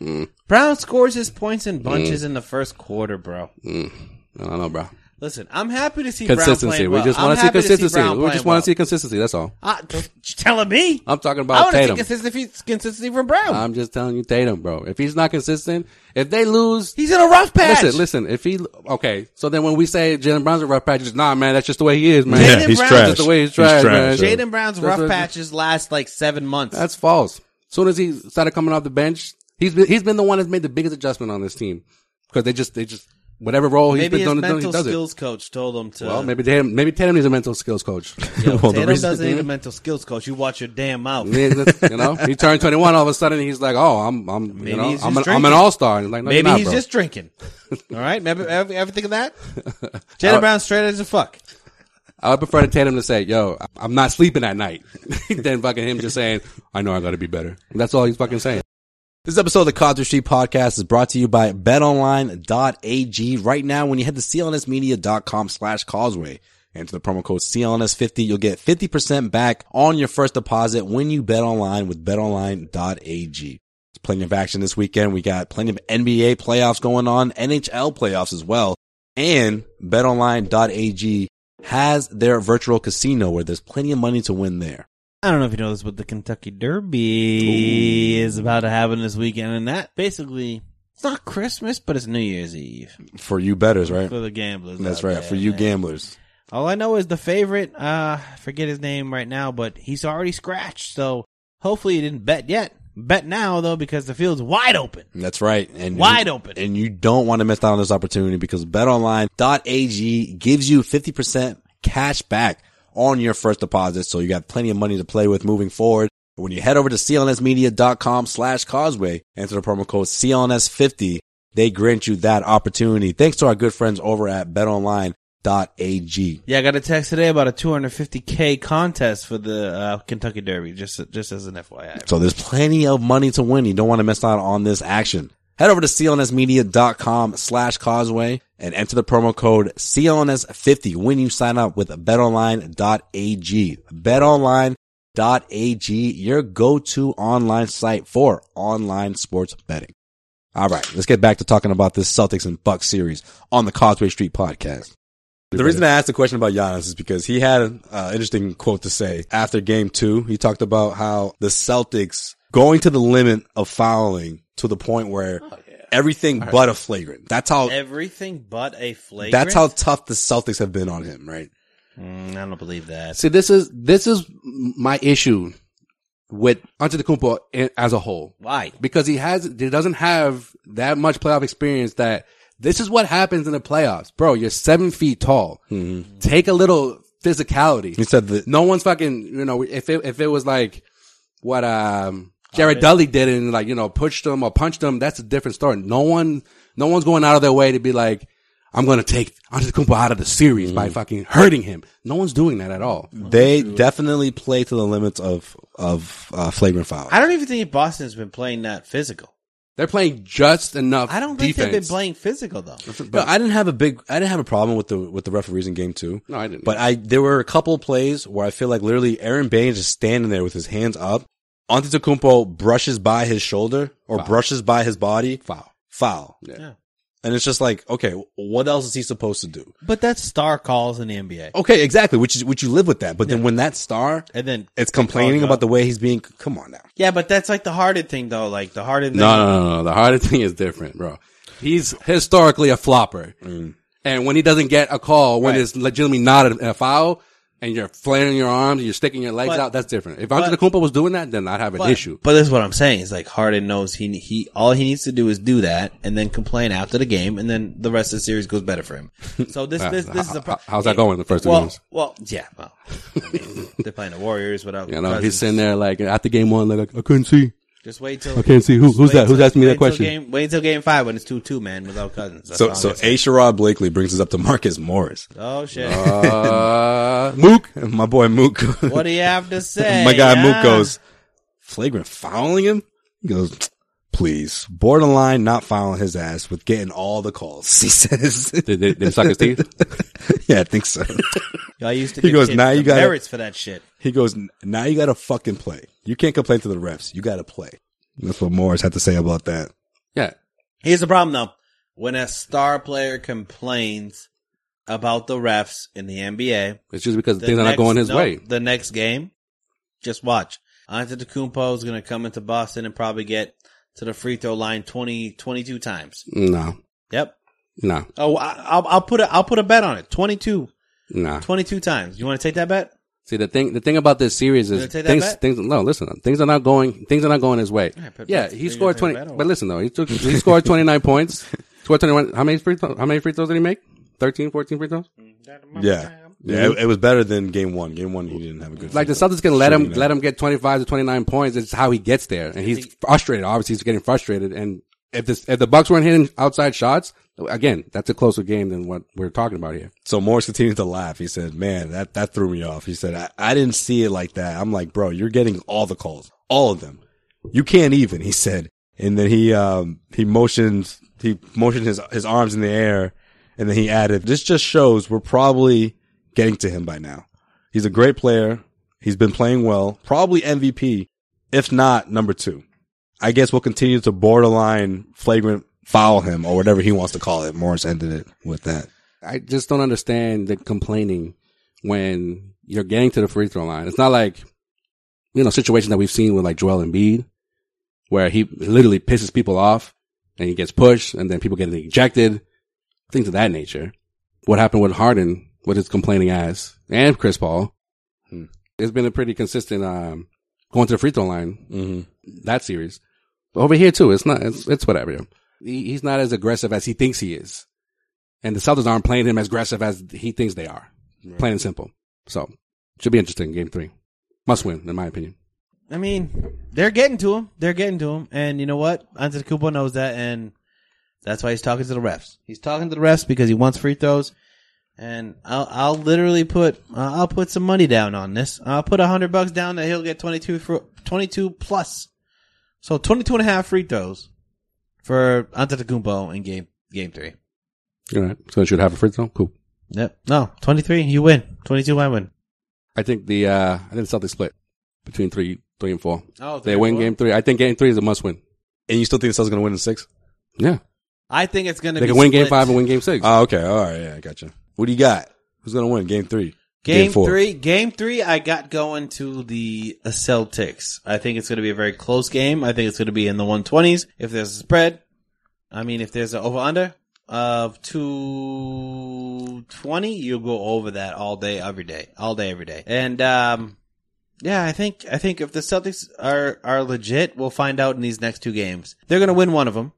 D: Mm.
C: Brown scores his points in bunches in the first quarter, bro.
D: I don't know, bro.
C: Listen, I'm happy to see Brown
D: Consistency.
C: playing
D: We
C: well.
D: just
C: I'm
D: want to see
C: happy to
D: consistency.
C: Brown
D: we just
C: playing well.
D: want to see consistency. That's all.
C: Ah, don't- you telling me?
D: I'm talking
C: I
D: about
C: want to see
D: Tatum.
C: consistency, consistency from Brown.
D: I'm just telling you, Tatum, bro. If he's not consistent, if they lose,
C: He's in a rough patch.
D: listen, listen. If he okay, so then when we say Jalen Brown's a rough patch, it's nah, man. That's just the way he is, man.
C: Jaylen Brown's
D: just the way he's trash,
B: yeah.
D: man.
C: Jaden Brown's
D: That's
C: rough
D: what-
C: patches last like seven months.
D: That's false. As soon as he started coming off the bench, he's been, he's been the one that's made the biggest adjustment on this team because they just they just whatever role he's
C: maybe
D: been
C: his
D: doing, he
C: mental
D: does it.
C: skills coach told him to.
D: Well, maybe Tatum, maybe Tatum needs a mental
C: *laughs*
D: skills coach. *laughs*
C: Yo,
B: Well, the
C: Tatum
B: reason-
C: doesn't need a mental skills coach. You watch your damn mouth.
D: you know, he turned twenty one. All of a sudden, he's like, "Oh, I'm, I'm,
C: Maybe
D: you know,
C: he's
D: I'm an,
C: just
D: I'm an
C: drinking.
D: all star." And he's like, no,
C: Maybe
D: you're not,
C: he's
D: bro.
C: just dremember All right, remember ever, ever think of
D: *laughs*
C: that? Jalen Brown's straight as a fuck.
D: I would prefer to Tatum to say, "Yo, I'm not sleeping at night," *laughs* than fucking him just saying, "I know I got to be better." That's all he's fucking saying.
B: This episode of the Cosby Street Podcast is brought to you by betonline.ag. Right now, when you head to clnsmedia.com slash causeway, enter the promo code CLNS50, you'll get 50% back on your first deposit when you bet online with betonline.ag. There's plenty of action this weekend. We got plenty of NBA playoffs going on, NHL playoffs as well. And betonline.ag has their virtual casino where there's plenty of money to win there.
C: I don't know if you know this, but the Kentucky Derby is about to happen this weekend, and that basically it's not Christmas, but it's New Year's Eve
B: For you betters, right?
C: for the gamblers.
B: That's
C: out
B: right.
C: there,
B: For you
C: man.
B: gamblers.
C: All I know is the favorite, uh, I forget his name right now, but he's already scratched. So hopefully he didn't bet yet. Bet now though, because the field's wide open.
B: That's right. And
C: Wide open.
B: And you don't want to miss out on this opportunity because betonline.ag gives you 50% cash back on your first deposit. So you got plenty of money to play with moving forward. When you head over to clnsmedia.com slash causeway, enter the promo code CLNS50. They grant you that opportunity. Thanks to our good friends over at betonline.ag.
C: Yeah, I got a text today about a 250k contest for the uh, Kentucky Derby. Just just as an FYI.
B: So there's plenty of money to win. You don't want to miss out on this action. Head over to clnsmedia.com slash causeway and enter the promo code CLNS50 when you sign up with betonline.ag. Betonline.ag, your go-to online site for online sports betting. All right, let's get back to talking about this Celtics and Bucks series on the Causeway Street podcast. The reason I asked the question about Giannis is because he had an uh, interesting quote to say after game two. He talked about how the Celtics going to the limit of fouling to the point where everything but a flagrant. That's how,
C: Everything but a flagrant.
B: that's how tough the Celtics have been on him, right?
C: Mm, I don't believe that.
D: See, this is this is my issue with Antetokounmpo i- as a whole
C: Why?
D: because he has he doesn't have that much playoff experience. That this is what happens in the playoffs, bro. You're seven feet tall. Take a little physicality.
B: He said that
D: No one's fucking, you know, if it, if it was like what, um, Jared Dudley did and like, you know, pushed them or punched them, that's a different story. No one, no one's going out of their way to be like, I'm going to take Antetokounmpo out of the series by fucking hurting him. No one's doing that at all.
B: they definitely play to the limits of, of, uh, flagrant foul.
C: I don't even think Boston's been playing that physical.
D: They're playing just enough.
C: I don't think
D: defense.
C: they've been playing physical though.
B: No, I didn't have a big, I didn't have a problem with the, with the referees in game two.
D: No, I didn't.
B: But I there were a couple plays where I feel like literally Aaron Baines is standing there with his hands up. Antetokounmpo brushes by his shoulder or
D: Foul.
B: brushes by his body.
D: foul.
B: Foul.
C: Yeah.
B: And it's just like, okay, what else is he supposed to do?
C: But that's star calls in the NBA.
B: Okay, exactly. Which is which you live with that. But then when that star
C: And then
B: it's complaining
C: Oh, no.
B: about the way he's being come on now.
C: Yeah, but that's like the Harden thing, though. Like the Harden. Thing.
D: No, no, no, no. The harder *laughs* thing is different, bro. He's
B: Mm.
D: historically a flopper. And when he doesn't get a call, when
C: Right.
D: it's legitimately not a, a foul, and you're flaring your arms, and you're sticking your legs
C: But-
D: out. That's different. If
C: but-
D: Antetokounmpo was doing that, then I'd have an
C: But-
D: issue.
C: But that's what I'm saying. Is like Harden knows he he all he needs to do is do that and then complain after the game, and then the rest of the series goes better
D: *laughs*
C: for him. So this
D: Uh,
C: this this is a pro-
D: how- how's that going the first two
C: well,
D: games?
C: Well, yeah, well, I mean,
D: *laughs*
C: they're playing the Warriors without.
D: You know, he's
C: Cousins.
D: sitting there like after game one, like I couldn't see.
C: Just wait till
D: I can't see. Who-
C: just
D: who's
C: wait
D: that? Who's
C: till-
D: asking me that
C: wait till
D: question?
C: game- wait until game five when it's two two man without Cousins. That's all
B: So
C: I'm
B: so
C: gonna say.
B: A. Sherrod Blakely brings us up to Marcus Morris.
C: oh shit.
D: *laughs* Ah. Uh, *laughs*
B: Mook, my boy Mook. *laughs*
C: what do you have to say?
B: Oh my guy
C: huh?
B: Mook goes flagrant fouling him. He goes, please, borderline not fouling his ass with getting all the calls. *laughs* He says,
D: did, did, did he suck his
B: *laughs*
D: teeth?
B: yeah, I think so. *laughs*
C: I used to.
B: He
C: Get
B: goes,
C: kicked
B: "Now
C: the
B: you gotta-
C: merits for that shit.
B: He goes, now you got to fucking play. You can't complain to the refs. You got to play. That's what Morris had to say about that.
D: Yeah,
C: Here's the problem though. When a star player complains about the refs in the NBA,
D: it's just because
C: the
D: things are not
C: next-
D: going his
C: no,
D: way.
C: The next game, just watch. Antetokounmpo is going to come into Boston and probably get to the free throw line 20, 22 times.
D: No,
C: Yep.
D: no,
C: Oh, I, I'll, I'll put a, I'll put a bet on it. 22,
D: no.
C: 22 times. You want to take that bet?
D: See the thing. The thing about this series
C: Did
D: is
C: I take that
D: things.
C: bet?
D: Things. No, listen. Things are not going. Things are not going his way.
C: Yeah, but-
D: Yeah,
C: but
D: he
C: you're
D: scored
C: gonna take
D: twenty.
C: a bet on
D: But
C: it.
D: listen though, he, took, he
C: *laughs*
D: scored twenty nine points. Scored twenty one. How many free? Throw, how many free throws did he make? 13, 14 free throws.
B: Yeah. Yeah. It, it was better than game one. Game one, he didn't have a good
D: Like the Celtics can let him let him get twenty five to twenty nine points. It's how he gets there, and he's frustrated. Obviously, he's getting frustrated. And if this if the Bucks weren't hitting outside shots, again, that's a closer game than what we're talking about here.
B: So Morris continued to laugh. He said, man, that, that threw me off. He said, I, I didn't see it like that. I'm like, bro, you're getting all the calls, all of them. You can't even, he said. And then he, um, he motioned, he motioned his, his arms in the air. And then he added, this just shows we're probably getting to him by now. He's a great player. He's been playing well, probably MVP, if not number two. I guess we'll continue to borderline flagrant foul him or whatever he wants to call it. Morris ended it with that.
D: I just don't understand the complaining when you're getting to the free throw line. It's not like, you know, situations that we've seen with like Joel Embiid, where he literally pisses people off and he gets pushed and then people get ejected, things of that nature. What happened with Harden with his complaining ass and Chris Paul.
B: Hmm.
D: It's been a pretty consistent, um, going to the free throw line
B: Mm-hmm.
D: that series. Over here too, it's not. It's, it's whatever. He, he's not as aggressive as he thinks he is, and the Celtics aren't playing him as aggressive as he thinks they are. Plain and simple. So should be interesting. Game three, must win in my opinion.
C: I mean, they're getting to him. They're getting to him. And you know what? Antetokounmpo knows that, and that's why he's talking to the refs. He's talking to the refs because he wants free throws. And I'll I'll literally put uh, I'll put some money down on this. I'll put a hundred bucks down that he'll get 22 for 22 plus. So 22 and a half free throws for Antetokounmpo in game game 3.
D: All right. So it should have a free throw. Cool.
C: Yep. No, 23 you win. 22 I win.
D: I think the uh I think the Celtics split between three, three and four.
C: Oh,
D: They win game three. I think game three is a must win.
B: And you still think the Celtics going to win in six?
D: Yeah,
C: I think it's going to
D: they Uh, can win game five and win game six.
B: Oh, okay. All right. Yeah, I got you. What do you got? Who's going to win game three? *laughs*
C: Game,
B: four.
C: three. Game three, I got going to the uh, Celtics. I think it's going to be a very close game. I think it's going to be in the 120s. If there's a spread, I mean, if there's an over under of 220, you'll go over that all day, every day, all day, every day. And, um, yeah, I think, I think if the Celtics are, are legit, we'll find out in these next two games. They're going to win one of them,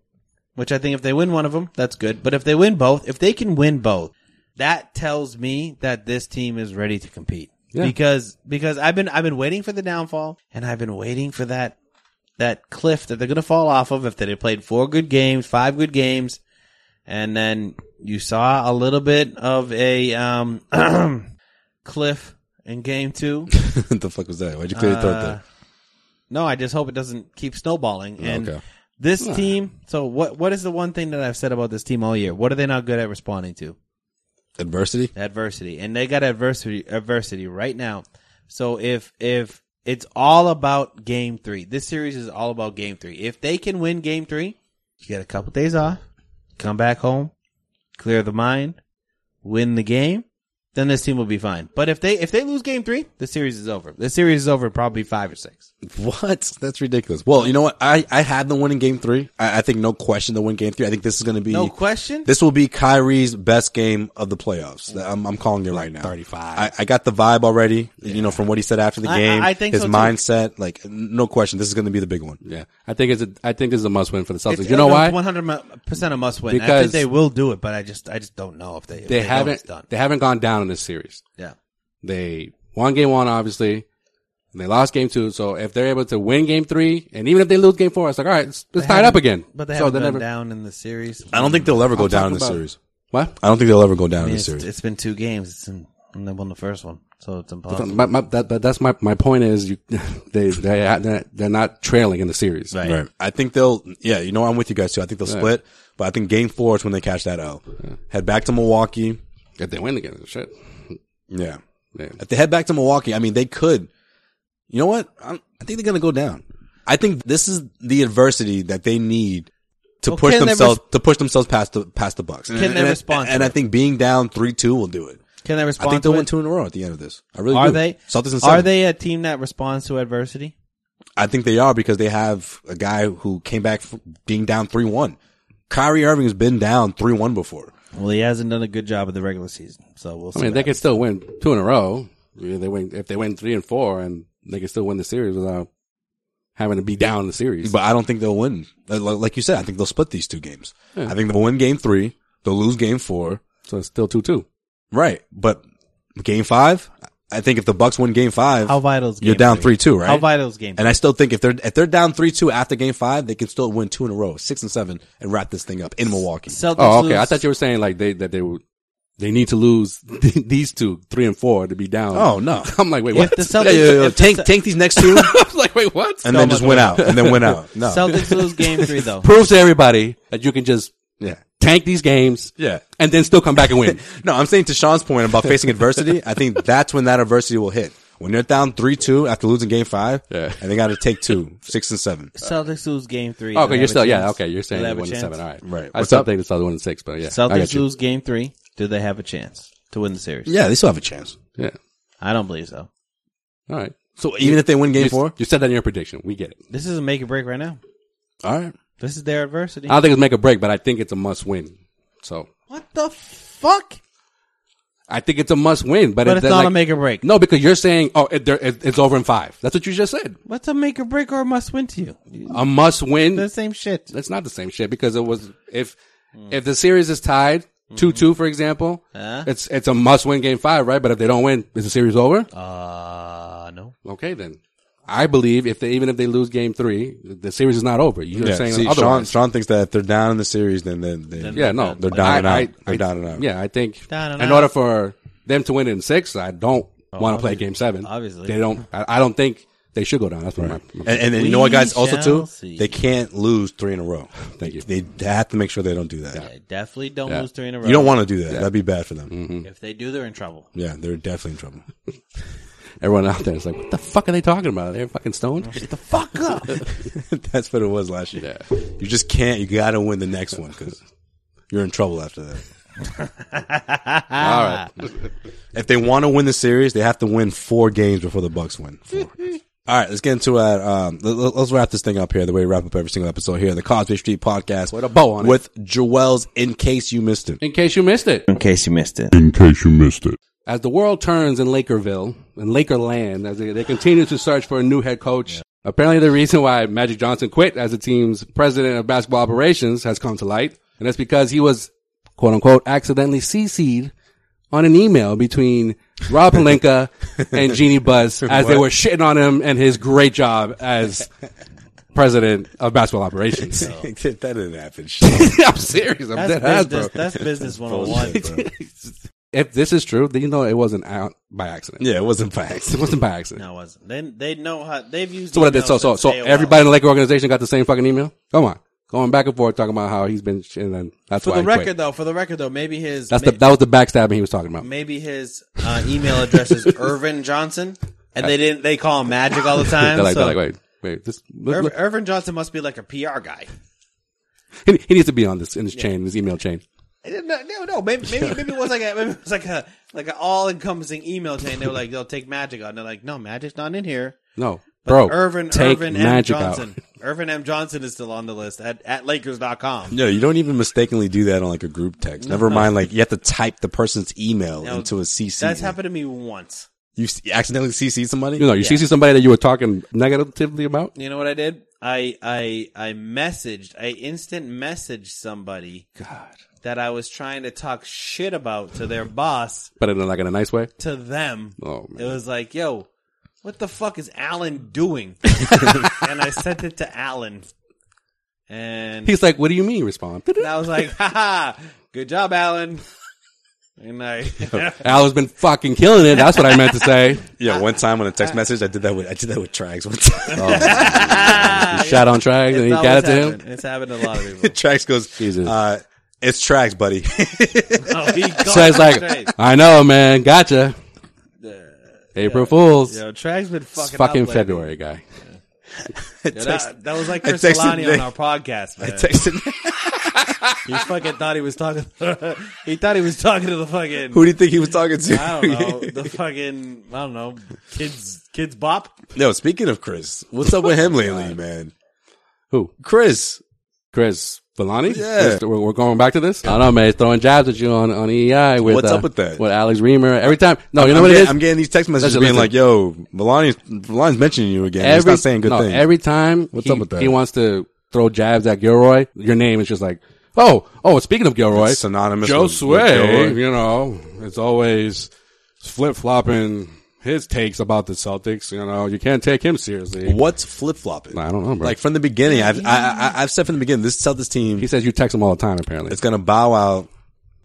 C: which I think if they win one of them, that's good. But if they win both, if they can win both, that tells me that this team is ready to compete
D: Yeah.
C: because because I've been I've been waiting for the downfall and I've been waiting for that that cliff that they're going to fall off of if they played four good games, five good games, and then you saw a little bit of a um, *clears throat* cliff in game two.
B: what the fuck was that? Why'd you clear your throat
C: Uh,
B: there?
C: no, I just hope it doesn't keep snowballing. And
B: okay.
C: this team. So what what is the one thing that I've said about this team all year? What are they not good at responding to?
B: Adversity? *laughs*
C: adversity and they got adversity adversity right now so if if it's all about game three this series is all about game three if they can win game three you get a couple days off come back home clear the mind win the game then this team will be fine. But if they if they lose game three, the series is over. The series is over in probably five or six.
B: What? That's ridiculous. Well, you know what? I, I had them winning game three. I, I think no question they'll win game three. I think this is going to be,
C: No question.
B: this will be Kyrie's best game of the playoffs. I'm, I'm calling it right now.
E: 35.
B: I, I got the vibe already, you know, from what he said after the
C: I- I-
B: game.
C: I think
B: His
C: so, too.
B: mindset, like, n- no question. This is going to be the big one.
D: Yeah, I think it's a, I think this is a must win for the Celtics. you know why?
C: One hundred percent a must win. I
D: Because-
C: think they will do it, but I just I just don't know if they if
D: They,
C: don't,
D: haven't
C: it's done.
D: they haven't gone down in this series.
C: yeah.
D: They won game one, obviously, and they lost game two. So if they're able to win game three, and even if they lose game four, it's like all right, it's, it's
C: They
D: tied up
C: haven't-
D: again.
C: But they
D: so
C: haven't
D: they're
C: gone
D: never
C: down in the series.
B: I don't think they'll ever go
D: I'm
B: down in
D: talking
B: the
D: about-
B: series.
D: what?
B: I don't think they'll ever go down
C: I
B: in
C: mean,
B: the
C: it's,
B: series.
C: it's been two games it's in, and they won the first one, so it's impossible.
D: My, my, that, but that's my, my point is you, *laughs* they they they're- they're not trailing in the series.
C: Right.
B: Right. I think they'll, yeah, you know, I'm with you guys too. I think they'll split, but I think game four is when they catch that L. Head back to Milwaukee.
D: If they win again, shit.
B: Yeah.
D: Yeah.
B: If they head back to Milwaukee, I mean, they could. You know what? I'm, I think they're going to go down. I think this is the adversity that they need to
C: Well,
B: push
C: can they res-
B: themselves to push themselves past the past the Bucks.
C: Can
B: and,
C: they
B: and I-
C: respond to
B: And I
C: it?
B: think being down three two will do it.
C: Can they respond?
B: I think
C: to
B: they'll
C: it?
B: win two in a row at the end of this. I really
C: Are
B: do.
C: they
B: Celtics and
C: are
B: seven.
C: they a team that responds to adversity?
B: I think they are because they have a guy who came back f- being down three one. Kyrie Irving has been down three one before.
C: Well, he hasn't done a good job of the regular season, so we'll see.
D: I mean,
C: what
D: they could still win two in a row. If they win if they win three and four, and they can still win the series without having to be down in the series.
B: But I don't think they'll win. Like- Like you said, I think they'll split these two games. I think they'll win game three. They'll lose game four.
D: so it's still two two.
B: Right. But game five, I think if the Bucks win game five,
C: How vital is game
B: you're down three two, right?
C: How vital is game?
B: and I still think if they're if they're down three two after game five, they can still win two in a row, six and seven, and wrap this thing up in Milwaukee.
C: Celtics
D: Oh, okay. I
C: lose-
D: thought you were saying like they that they would they need to lose *laughs* these two, three and four, to be down.
B: Oh no.
D: *laughs* I'm like, wait,
C: If
D: what?
C: the
B: *laughs*
C: Celtics,
B: Yeah, yeah, yeah.
C: if the
B: Tank
C: Ce-
B: tank these next *laughs* two
D: *laughs* I'm like, wait, what?
B: and then just win out. And then win out. No.
C: Celtics
D: *laughs*
C: lose game three though.
D: Proves to everybody that you can just
B: yeah.
D: tank these games,
B: Yeah.
D: and then still come
C: *laughs*
D: back and win.
B: No, I'm saying to Sean's point *laughs* about facing adversity, I think that's when that adversity will hit. When they're down three two after losing game five,
D: Yeah.
B: and they gotta take two, six and seven.
C: Celtics lose game three.
D: okay,
C: They
D: you're
C: have a
D: still yeah.
C: chance.
D: Okay, you're saying
C: they
D: they
C: have a
D: won the
C: chance.
D: seven. All right,
B: Right.
D: I
B: What's
D: still
B: up?
D: think the Celtics won the six, but yeah, I got
C: Celtics
D: you.
C: lose game three. Do they have a chance to win the series?
B: Yeah, they still have a chance.
D: Yeah.
C: I don't believe so.
D: All right.
B: So even if they win game
D: you,
B: four?
D: You said that in your prediction. We get it.
C: This is a make or break right now.
D: All right.
C: This is their adversity.
D: I don't think it's make a break, but I think it's a must win. So
C: what the fuck?
D: I think it's a must win, but,
C: But it's
D: that,
C: not
D: like-
C: a make or break.
D: No, because you're saying, oh, it, there, it, it's over in five. That's what you just said.
C: What's a make or break or a must win to you?
D: A must win.
C: The same shit.
D: That's not the same shit because it was if if the series is tied two two for example,
C: Huh?
D: it's it's a must win game five, right? But if they don't win, is the series over?
C: Uh, no.
D: Okay, then I believe if they even if they lose game three, the series is not over. You're
B: Yeah,
D: saying
B: see, Sean,
D: otherwise.
B: Sean thinks that if they're down in the series, then they, they
D: yeah, no,
B: They're down and
D: I-
B: out.
D: I-
B: They're
D: I-
B: down and out.
D: Yeah, I think
C: Down and
D: in
C: out.
D: order for them to win in six, I don't want to play game seven.
C: obviously.
D: they don't. I, I don't think they should go down. That's what my, my
B: and, and, and you know what, guys?
C: We
B: Also,
C: shall
B: too,
C: see.
B: they can't lose three in a row.
D: Thank you.
B: They, they have to make sure they don't do that.
C: They definitely don't
D: Yeah.
C: lose three in a row.
B: You don't want to do that. That'd be bad for them.
C: If they do, they're in trouble.
B: Yeah, they're definitely in trouble.
D: everyone out there is like, what the fuck are they talking about? They're fucking stoned. Shut the fuck
C: *laughs*
B: *laughs*
D: up.
B: That's what it was last year. You just can't. You got to win the next one because you're in trouble after that.
D: All right.
B: If they want to win the series, they have to win four games before the Bucks win. Four. All right, let's get into it. Um, let- let, us wrap this thing up here the way we wrap up every single episode here, the Cosby Street Podcast,
D: Put a bow on it.
B: with Joel's. In case you missed
D: *laughs*
B: it, *laughs*
D: In case you missed it.
C: In case you missed it.
E: In case you missed it.
D: As the world turns in Lakerville, in Lakerland, as they, they continue to search for a new head coach, apparently the reason why Magic Johnson quit as the team's president of basketball operations has come to light. And that's because he was, quote unquote, accidentally CC'd on an email between Rob Palenka and Jeannie Buzz as they were shitting on him and his great job as president of basketball operations.
B: that didn't happen.
D: *laughs* I'm serious. I'm
C: That's
D: dead ass, bro.
C: business, that's
D: *laughs*
C: business 101.
D: If this is true, then you know it wasn't out by accident.
B: yeah, it wasn't by
D: It
B: accident.
D: wasn't by accident.
C: no, it wasn't. They, they know how. They've used
D: So what I did,
C: emails
D: so so
C: since
D: so
C: AOL.
D: everybody in the Laker organization got the same fucking email. Come on, going back and forth talking about how he's been, sh- and then that's
C: For
D: why
C: the
D: he quit.
C: record, though, for the record, though, maybe his.
D: That's
C: may-
D: the that was the backstabbing he was talking about.
C: maybe his uh, email address
D: *laughs*
C: is Irvin Johnson, and they didn't. They call him Magic all the time.
D: They're like,
C: so
D: they're like, wait, wait, this look,
C: Irv-
D: look,
C: Irvin Johnson must be like a PR guy.
D: he, he needs to be on this in this chain, this email chain.
C: No, no, no. Maybe maybe, maybe it was like a maybe it was like a like an all encompassing email chain. They were like, they'll take Magic out. And they're like, no, Magic's not in here.
D: No,
C: But
D: bro,
C: Irvin
D: take
C: Irvin
D: magic
C: M.
D: out.
C: Johnson. Irvin M. Johnson is still on the list at, at Lakers.com.
B: No, you don't even mistakenly do that on like a group text. Never mind, like you have to type the person's email
C: No,
B: into a CC.
C: That's happened to me once.
B: You s- accidentally CC somebody?
D: You know, you
C: Yeah.
D: see somebody that you were talking negatively about.
C: You know what I did? I I I messaged, I instant messaged somebody
D: God,
C: that I was trying to talk shit about to their boss
D: but in like in a nice way.
C: to them.
D: Oh
C: It
D: man,
C: was like, yo, what the fuck is Alan
D: *laughs*
C: doing? and I sent it to Alan. And
D: he's like, "What do you mean?" Respond. *laughs*
C: and I was like, *laughs* haha, good job, Alan. And *laughs*
D: *laughs*
C: I
D: Al has been fucking killing it. That's what I meant
C: *laughs*
D: to say.
B: yeah. One time on a text message, I did that with I did that with Trags. One time, *laughs*
D: Oh. He shot on tracks and he
C: It's
D: got it to
C: always
D: him.
C: happened. It's happened to a lot of
D: *laughs*
C: people.
B: Trax goes,
D: Jesus.
B: uh, "It's Trags, buddy." *laughs*
C: Oh, he got
D: So it's
C: it
D: like,
C: straight.
D: I know, man. Gotcha. April Fools.
C: yo, Trag's been
D: It's
C: fucking,
D: fucking
C: up lately.
D: February, guy.
C: Yo, that, that was like
B: I
D: *laughs*
C: Chris
B: texted
C: Solani
B: Nick.
C: on our podcast, man.
B: Texted,
C: he fucking thought he was talking. *laughs* he thought he was talking to the
B: *laughs*
C: fucking.
B: Who do you think he was talking to?
C: I don't
B: *laughs*
C: know
D: *laughs*
C: the fucking. I don't know kids. Kids bop.
B: no, speaking of Chris, what's up with him
D: Oh,
B: lately, man?
D: Who?
B: Chris,
D: Chris Villani?
B: Yeah.
D: This- We're, we're going back to this? I don't know, man. He's throwing jabs at you on, on EEI with,
B: What's
D: uh,
B: up with that?
D: With Alex Reamer. Every time. No, you know
B: I'm
D: what
B: get-
D: it is?
B: I'm getting these text messages
D: Listen,
B: being
D: listen.
B: like, "Yo, Melania's, Melania's mentioning you again. Every, it's not saying good
D: no,
B: things."
D: Every time
B: What's
D: he,
B: up with that?
D: he wants to throw jabs at Gilroy, your name is just like, oh, oh, speaking of Gilroy,
B: It's synonymous
D: Joe
B: with- with
D: Sway,
B: Gilroy.
D: you know, it's always flip flopping his takes about the Celtics. You know, you can't take him seriously.
B: What's flip flopping?
D: I don't know, bro.
B: Like from the beginning, I've I, I, I've said from the beginning, this Celtics team
D: he says you text him all the time, apparently.
B: is going to bow out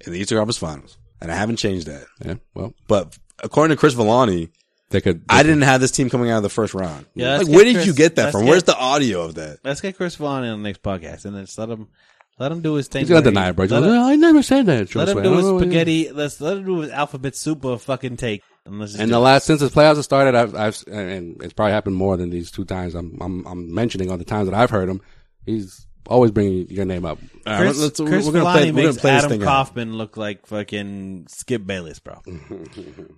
B: in the Eastern Conference Finals, and I haven't changed that.
D: Yeah, well,
B: But according to Chris Villani,
D: they could.
B: I didn't have this team coming out of the first round.
C: Yeah,
B: like
C: let's
B: where
C: get
B: did
C: Chris-
B: you get that
C: let's
B: from?
C: get-
B: Where's the audio of that?
C: Let's get Chris Vaughn on the next podcast, and then just let him let him do his thing.
D: He's gonna
C: where he-
D: deny it, bro. "Oh, He's
C: Let
D: gonna,
C: him,
D: I never said that. Joe
C: let him
D: Sway. I
C: do
D: don't
C: his
D: know what you-
C: spaghetti. Let's let him do his alphabet super fucking take. And let's just
D: And
C: do
D: the
C: it.
D: last since the playoffs have started, I've, I've and it's probably happened more than these two times. I'm I'm, I'm mentioning on the times that I've heard him. He's always bringing your name up.
C: Chris,
B: All right, let's-
C: Chris
B: we're gonna
C: Vellani
B: play- we're
C: makes
B: gonna play this
C: Adam
B: thing out.
C: Kaufman look like fucking Skip Bayless, bro.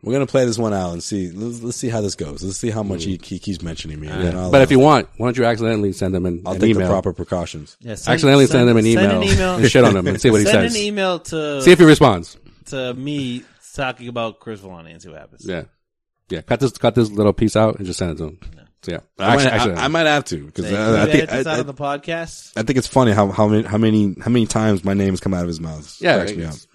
B: We're gonna play this one out and see. Let's, let's see how this goes. Let's see how much he, he keeps mentioning me. And then I'll,
D: but if you want, why don't you accidentally send him an,
B: I'll
D: an
B: take
D: email?
B: the proper precautions.
C: Yeah, send,
D: accidentally send, him an email,
C: Send an email.
D: and shit
C: *laughs*
D: on him and see what he
C: send
D: says.
C: an email to
D: see if he responds.
C: to me talking about Chris Vellani and see what happens.
D: Yeah, yeah. Cut this cut this little piece out and just send it to him. So, yeah,
B: I might,
D: Actually-
B: I-
D: actually,
B: I, might have to because
C: Hey,
D: Uh,
B: I,
C: can
B: I
C: you
B: think
C: edit this
B: I,
C: out
B: I-
C: of the podcast.
B: I think it's funny how how many how many how many times my name has come out of his mouth. It
D: yeah.
B: cracks me up.
D: it's-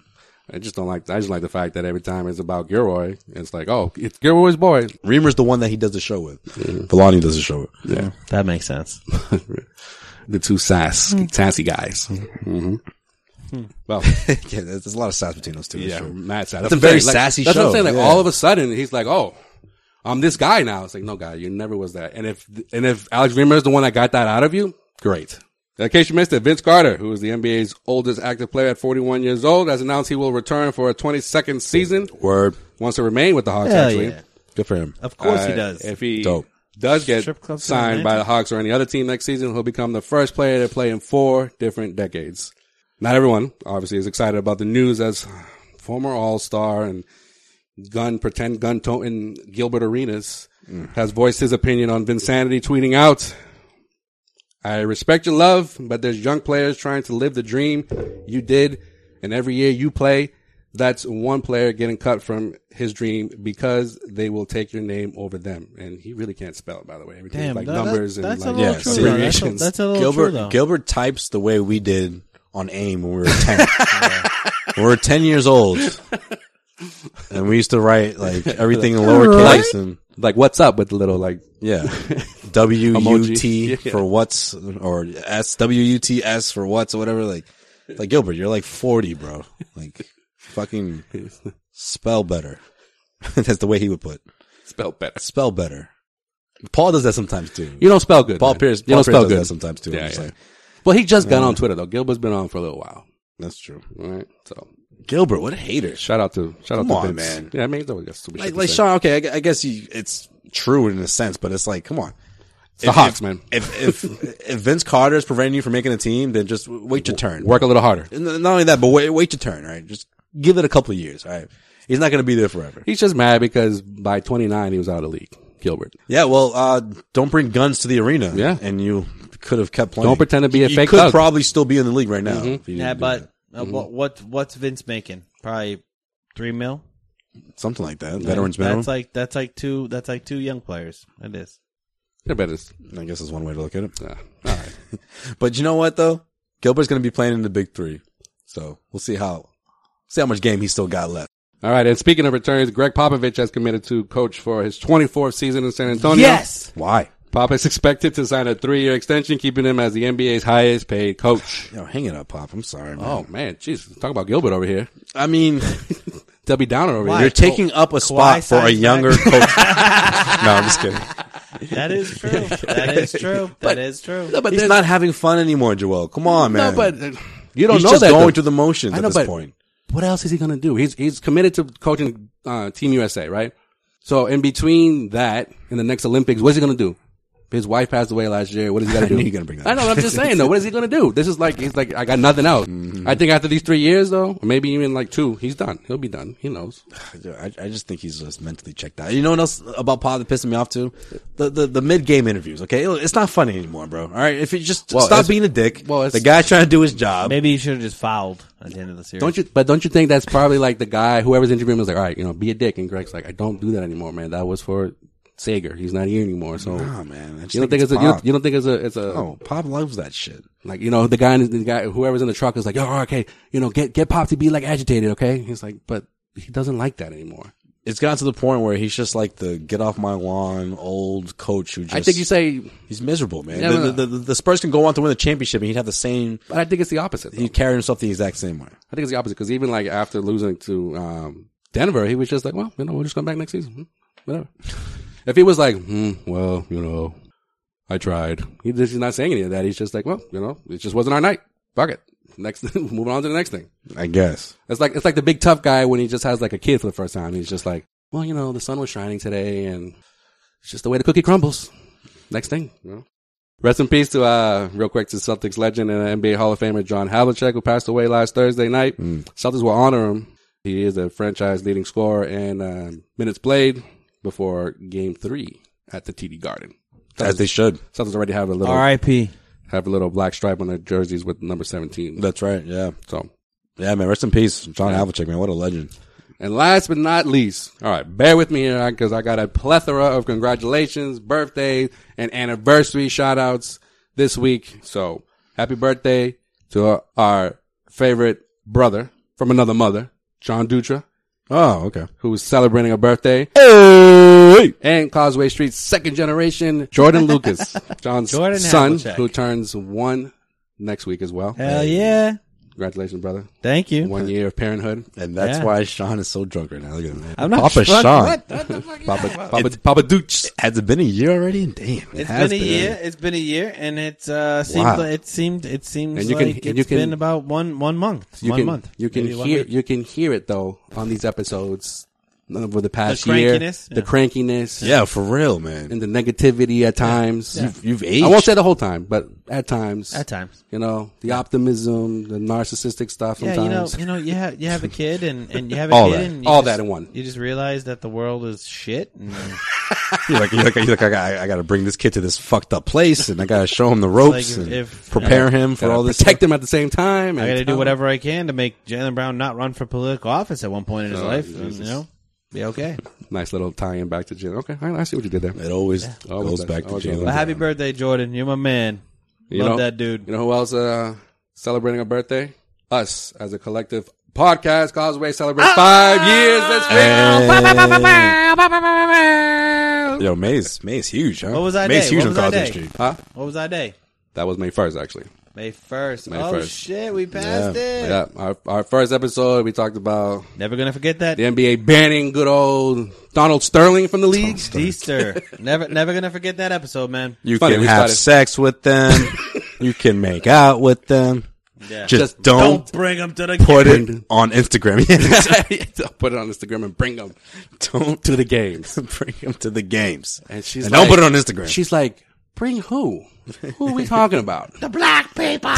D: I just don't like. I just like the fact that every time it's about Gilroy, it's like, oh, it's Gilroy's boy.
B: Reamer's the one that he does the show with. Villani does the show with.
D: Yeah.
C: That makes sense.
D: the two sass,
C: Hmm.
D: sassy guys. Mm-hmm. Well,
B: *laughs* yeah, there's, there's a lot of sass between those two.
D: yeah,
B: sure.
D: Matt said
B: That's a very sassy
D: That's what
B: show,
D: I'm saying. Like
B: yeah.
D: all of a sudden, he's like, "Oh, I'm this guy now." It's like, no, guy, you never was that. And if and if Alex Reamer is the one that got that out of you, great. In case you missed it, Vince Carter, who is the NBA's oldest active player at 41 years old, has announced he will return for a 22nd season.
B: Word.
D: Wants to remain with the Hawks.
C: Hell
D: actually,
C: yeah.
B: Good for him.
C: Of course
D: Uh,
C: he does.
D: If he
B: Dope.
D: does get
C: Strip clubs in
D: signed by
C: Atlanta.
D: the Hawks or any other team next season, he'll become the first player to play in four different decades. Not everyone, obviously, is excited about the news as former All Star and gun pretend gun toting Gilbert Arenas has voiced his opinion on Vinsanity, tweeting out. I respect your love, but there's young players trying to live the dream you did, and every year you play, that's one player getting cut from his dream because they will take your name over them. And he really can't spell, by the way. Everything
C: Damn,
D: like
C: that-
D: numbers
C: that-
D: and
C: that's a
D: like
C: little
D: yeah,
C: true,
B: see,
C: though. That's a,
D: abbreviations.
C: that's a little
B: Gilbert
C: true, though.
B: Gilbert types the way we did on AIM when we were ten. *laughs* When we were ten years old, and we used to write like everything in lowercase and
D: *laughs* like what's up with the little like
B: yeah, W U T
D: Emoji. Yeah.
B: for what's or S W U T S for what's or whatever. Like, like Gilbert, you're like forty, bro. Like, fucking spell better. *laughs* That's the way he would put it.
D: spell better.
B: spell better. Paul does that sometimes too.
D: You don't spell good.
B: Paul
D: man.
B: Pierce,
D: you
B: Paul
D: don't
B: Pierce
D: spell
B: does
D: good.
B: that sometimes too.
D: Yeah,
B: It's
D: yeah.
B: like,
D: Well, he just got on Twitter though. Gilbert's been on for a little while.
B: that's true.
D: All right. So
B: Gilbert, what a hater.
D: shout out to shout
B: Come
D: out to
B: on,
D: Vince.
B: man.
D: Yeah, I mean, that was just stupid. shit
B: Like,
D: to
B: like
D: say.
B: Sean, okay, I, gu- I guess you, it's true in a sense, but it's like, come on.
D: It's the Hawks, man. *laughs*
B: If, if, if Vince Carter is preventing you from making a team, then just wait your turn.
D: Work a little harder.
B: And not only that, but wait, wait your turn, right? Just give it a couple of years, all right? He's not going to be there forever.
D: He's just mad because by 29 he was out of the league. Gilbert.
B: Yeah, well, uh, don't bring guns to the arena.
D: Yeah.
B: And you could have kept playing.
D: Don't pretend to be a
B: you
D: fake
B: could
D: thug. Mm-hmm.
B: probably still be in the league right now. if you
C: Yeah,
B: didn't do
C: but uh, what what what's Vince making? Probably three mil.
B: that. something like that. Veterans minimum.
C: That's like that's like two that's like two young players. It is.
D: They're better.
B: I guess is one way to look at it.
D: Nah. All right.
B: *laughs* But you know what though? Gilbert's going to be playing in the big three. So we'll see how, see how much game he still got left.
D: All right. And speaking of returns, Greg Popovich has committed to coach for his 24th season in San Antonio.
C: Yes.
B: Why?
D: Pop is expected to sign a three-year extension, keeping him as the NBA's highest-paid coach.
B: Yo, hang it up, Pop. I'm sorry, man.
D: Oh man, jeez, talk about Gilbert over here, *laughs*
B: I *laughs* mean,
D: Debbie Downer over
C: Why?
D: here.
B: you're taking up a spot for a
C: size
B: younger coach. no,
D: *laughs*
B: I'm just kidding.
C: That is true. that is true. That is true.
D: No, but
B: He's
D: there's-
B: not having fun anymore, Joel. Come on, man.
D: no, but uh, you don't
B: he's
D: know
B: just
D: that.
B: going
D: though.
B: through the motions
D: I
B: at
D: know,
B: this
D: but-
B: point.
D: what else is he going to do? He's he's committed to coaching uh, Team USA, right? So in between that and the next Olympics, what's he going to do? His wife passed away last year. What is he going to do?
B: knew you were gonna bring that
D: *laughs* I know. What I'm just saying though. What is he going to do? This is like he's like I got nothing else. I think after these three years though, or maybe even like two, he's done. He'll be done. He knows.
B: I, I just think he's just mentally checked out. You know what else about Pod that pissed me off too? The the, the mid game interviews. Okay, it's not funny anymore, bro. All right, if you just
D: Well,
B: stop
D: it's-
B: being a dick.
D: well,
B: Well,
D: it's-
B: the guy's trying to do his job.
C: Maybe you should have just fouled at the end of the series.
D: Don't you? But don't you think that's probably like the guy whoever's interviewing him was like, all right, you know, be a dick. And Greg's like, I don't do that anymore, man. That was for Sager. He's not here anymore. So
B: Nah, man. I just
D: you don't think it's, a, you,
B: Pop.
D: don't, you don't think it's a it's a
B: No, Pop loves that shit.
D: Like you know, the guy, the guy, whoever's in the truck is like, "Yo, okay, you know, get get Pop to be like agitated, okay?" He's like, "But he doesn't like that anymore."
B: It's gotten to the point where he's just like the get off my lawn old coach who just
D: I think you say,
B: he's miserable, man.
D: Yeah,
B: the,
D: no, no.
B: The, the, the Spurs can go on to win the championship and he'd have the same.
D: but I think it's the opposite. though.
B: He'd carry himself the exact same way.
D: I think it's the opposite because even like after losing to um, Denver, he was just like, "Well, you know, we'll just come back next season, Hmm, whatever." if he was like, hmm, "Well, you know, I tried," he just, he's not saying any of that. He's just like, "Well, you know, it just wasn't our night. Fuck it, next, *laughs* moving on to the next thing."
B: I guess.
D: It's like it's like the big tough guy when he just has like a kid for the first time. He's just like, well, you know, the sun was shining today, and it's just the way the cookie crumbles. Next thing, you know. Rest in peace to uh, real quick to Celtics legend and NBA Hall of Famer John Havlicek, who passed away last Thursday night. Celtics will honor him. He is a franchise leading scorer and uh, minutes played before Game Three at the TD Garden.
B: As they should.
D: Celtics already have a little
C: R.I.P.
D: have a little black stripe on their jerseys with number seventeen.
B: That's right. Yeah.
D: So
B: Yeah, man. Rest in peace. John Havlicek, man. What a legend.
D: And last but not least, all right, bear with me here because I got a plethora of congratulations, birthdays, and anniversary shout outs this week. So happy birthday to our favorite brother from another mother, John Dutra,
B: Oh, okay.
D: who's celebrating a birthday,
B: Hey!
D: and Causeway Street's second generation, Jordan
B: *laughs*
D: Lucas, John's
C: Jordan
D: son,
C: Havlicek.
D: who turns one next week as well.
C: Hell yeah!
D: Congratulations, brother.
C: Thank you.
D: One year of parenthood.
B: And that's
C: Yeah.
B: why Sean is so drunk right now. Look at him.
C: I'm not
B: Papa
C: drunk.
B: Sean.
C: What?
D: Papa, Papa, Papa Dooch.
B: Has it been a year already? Damn. it
C: It's
B: has
C: been a year. It's been a year, and it uh, seemed
B: Wow.
C: like, it seemed it seems
D: And you can-
C: like
D: and you
C: it's
D: can-
C: been about one one month.
D: You
C: one
D: can,
C: month.
D: You can
C: Maybe one
D: hear
C: week.
D: you can hear it though on these episodes over the past
C: The
D: year,
C: crankiness?
D: the
C: Yeah.
D: crankiness,
B: Yeah, for real, man.
D: and the negativity at times.
B: You've aged.
D: I won't say the whole time, but at times,
C: at times.
D: you know, the optimism, the narcissistic stuff.
C: Yeah, you know,
D: Sometimes
C: you know, you have you have a kid, and and you have a
B: All
C: kid,
B: that.
C: and you
D: All
C: just-
D: that in one.
C: You just realize that the world is shit.
D: *laughs*
C: And
B: You're like, you're like, you're like I, got- I got to bring this kid to this fucked up place, and I got to show him the ropes
C: like
B: and
C: if-
B: prepare him for
D: Gotta
B: all this.
D: protect them at the same time.
C: I got to
D: to
C: do whatever I can to make Jalen Brown not run for political office at one point in his
D: Oh,
C: life. and, you know, be
D: *laughs*
C: okay.
D: Nice little tie-in back to Jim. Okay, all right, I see what you did there.
B: It always
D: Always
B: goes
D: does.
B: back to
D: Always does.
B: Jalen.
C: But happy
B: Brown.
C: birthday, Jordan. You're my man.
D: You
C: Love
D: know-
C: that dude.
D: You know who else uh, celebrating a birthday? Us as a collective podcast. Causeway celebrates five years this week.
B: Hey. Yo, May's May's huge, huh?
C: What was that
B: May's
C: day?
B: huge
C: What
B: on
C: was that
B: Causeway
C: day?
B: Street.
D: Huh?
C: What was that day?
D: That was May first, actually.
C: May first.
D: May
C: oh
D: 1st.
C: shit, we passed
B: Yeah.
C: it.
D: Yeah, our, our first episode, we talked about
C: Never gonna forget that. *laughs*
D: the NBA banning good old Donald Sterling from the league. *laughs*
C: Easter. never, never gonna forget that episode, man.
B: You
D: Funny,
B: can
D: we
B: have
D: started-
B: sex with them.
D: *laughs*
B: you can make out with them.
C: Yeah.
B: Just,
D: Just
B: don't,
C: bring him to the
B: put it on Instagram. *laughs*
D: *laughs*
B: Yeah,
D: Don't put it on Instagram and bring him
B: don't
D: to the games.
B: bring him to the games.
D: And she's
B: and don't put
D: like-
B: it on Instagram.
D: *laughs* She's like, Bring who? Who
B: *laughs*
D: are we talking about?
C: The black people.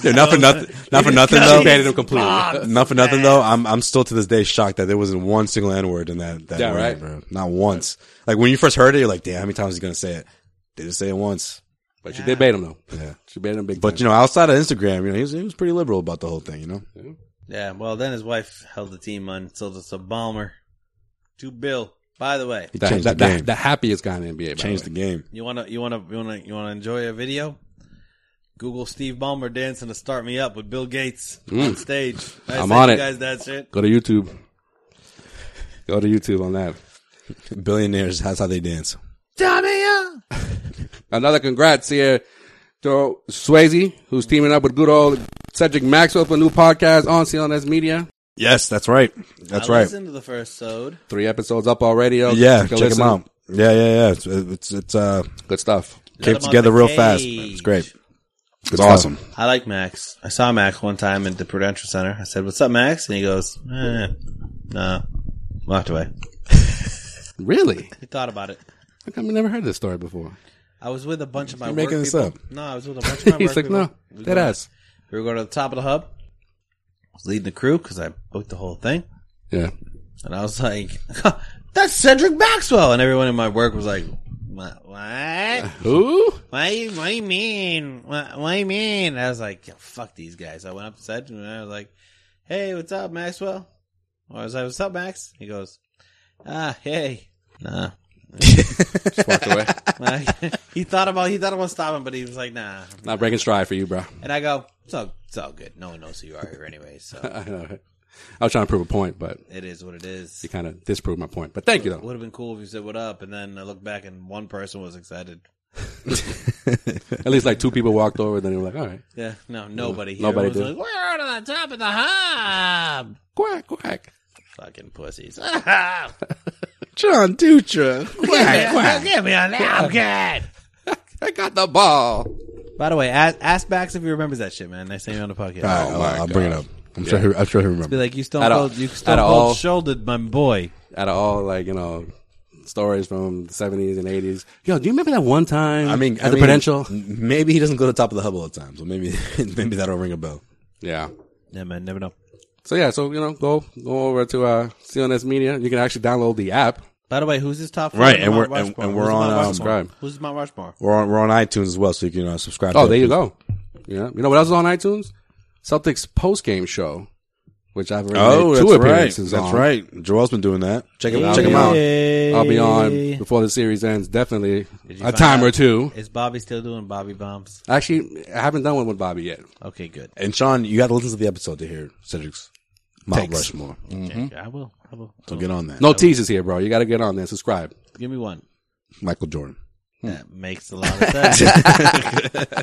B: Dude, not for nothing. Not for nothing
D: She
B: though.
D: banned him completely.
C: Ah,
B: Not for nothing though. I'm I'm still to this day shocked that there wasn't one single N word in that. that
D: Yeah,
B: word,
D: right.
B: bro. Not once. Like when you first heard it, you're like, damn, how many times is he gonna say it? They just say it once.
D: But she did bait him though.
B: Yeah.
D: She baited him big
B: But you know, outside of Instagram, you know, he was he was pretty liberal about the whole thing. You know,
C: yeah, well, then his wife held the team until it's a bomber to Bill. By the way,
B: he
D: the,
B: changed
D: the,
B: the
D: the,
B: game.
D: the happiest guy in the NBA. by
B: changed
D: the
B: the
D: way.
B: game.
C: you wanna you wanna you wanna you wanna enjoy a video? Google Steve Ballmer dancing to "Start Me Up" with Bill Gates
B: Mm.
C: on stage. I
D: I'm
C: sent
D: on
C: you
D: it.
C: guys. That shit.
D: Go to YouTube. Go to YouTube on that.
B: Billionaires, that's how they dance.
D: Another congrats here to Swayze, who's teaming up with good old Cedric Maxwell for a new podcast on CLNS Media.
B: Yes, that's right. That's
C: I
B: right.
C: listened to the first sode.
D: Three episodes up already. Yo,
B: Yeah,
D: a
B: check
D: listen.
B: him out. Yeah, yeah, yeah. It's it's, it's uh
D: Good stuff.
B: came
C: 'em off
B: together
C: the
B: real fast.
C: cage.
B: It's great. It's
D: stuff.
B: awesome.
C: I like Max. I saw Max one time at the Prudential Center. I said, "What's up, Max?" And he goes, eh, "No." Walked away.
D: Really?
C: He thought about it.
D: How come we never heard this story before?
C: I was with a bunch of my
B: You're
C: work
B: making this
C: people.
B: up.
C: No, I was
B: *laughs*
C: with a bunch of my
D: *laughs* He's
C: work
D: like,
C: people.
D: no,
C: We
D: dead
C: go-
D: ass.
C: We were going to the top of the hub. I was leading the crew because I booked the whole thing,
D: Yeah.
C: and I was like, *laughs* "That's Cedric Maxwell," and everyone in my work was like, "What? What?
D: Who?
C: Why? What do you mean? What, what do you mean?" I was like, "Yeah, "Fuck these guys!" I went up to Cedric and I was like, "Hey, what's up, Maxwell?" I was like, "What's up, Max?" He goes, "Ah, hey, nah." *laughs*
D: Just walked away.
C: Like, *laughs* he thought about he thought about stopping, but he was like, "Nah."
D: Not breaking stride for you, bro.
C: And I go, "It's all it's all good. No one knows who you are here anyway,
D: *laughs*
C: so
D: *laughs* I know. I was trying to prove a point, but
C: it is what it is."
D: you kind of disproved my point. But thank you, though.
C: Would have been cool if you said what up, and then I look back and one person was excited.
D: At least like two people walked over, then they were like, all right.
C: Yeah, no, nobody here
D: Nobody
C: was
D: did.
C: like, "We're out on the top of the hub."
D: Quack, quack.
C: Fucking pussies. *laughs* quack,
B: John Dutra.
C: quack. Give me an napkin.
D: *laughs* I got the ball.
C: By the way, ask, ask Max if he remembers that shit, man. Next time you're on the podcast,
B: All right, I'll, I'll bring it up. I'm sure. He, I'm sure he
C: be
B: remembers.
C: like, "You stone
D: At all-
C: cold, you stone
D: at all.
C: cold shouldered my boy."
D: Out of all like, you know, stories from the 70s and 80s. Yo, do you remember that one time
B: I mean,
D: at
B: I
D: the
B: mean,
D: Prudential?
B: Maybe he doesn't go to the top of the hub all the time, so maybe *laughs* maybe that'll ring a bell.
D: Yeah.
C: Yeah, man, never know.
D: So yeah, so you know, go go over to uh CLNS Media. You can actually download the app.
C: By the way, who's his top? four
B: Right,
C: in
B: and
C: Mount
B: we're- and-
C: Rushmore?
B: and we're
C: Who's in
B: on,
C: Mount
B: um,
C: Rushmore?
D: subscribe.
C: Who's Mount Rushmore?
B: We're on we're on iTunes as well, so you can uh, subscribe.
D: Oh,
B: to
D: there you
B: it.
D: go. Yeah. You know what else is on iTunes? Celtics post game show, which I've already
B: Oh,
D: made
B: that's
D: two
B: right.
D: appearances
B: That's
D: on.
B: right. Joel's been doing that. Check him
D: Yeah.
B: out. Check him out.
D: I'll be on before the series ends, definitely
C: Did you
D: a
C: find
D: time
C: out-
D: or two.
C: Is Bobby still doing Bobby bombs?
D: Actually, I haven't done one with Bobby yet.
C: Okay, good.
B: And Sean, you got to listen to the episode to hear Cedric's Mount
D: Takes.
B: Rushmore.
C: Okay, I will. I will.
B: So get on that.
D: No teases here, bro. You got to get on there. Subscribe.
C: Give me one.
B: Michael Jordan.
C: That makes
B: *laughs*
C: a lot of sense.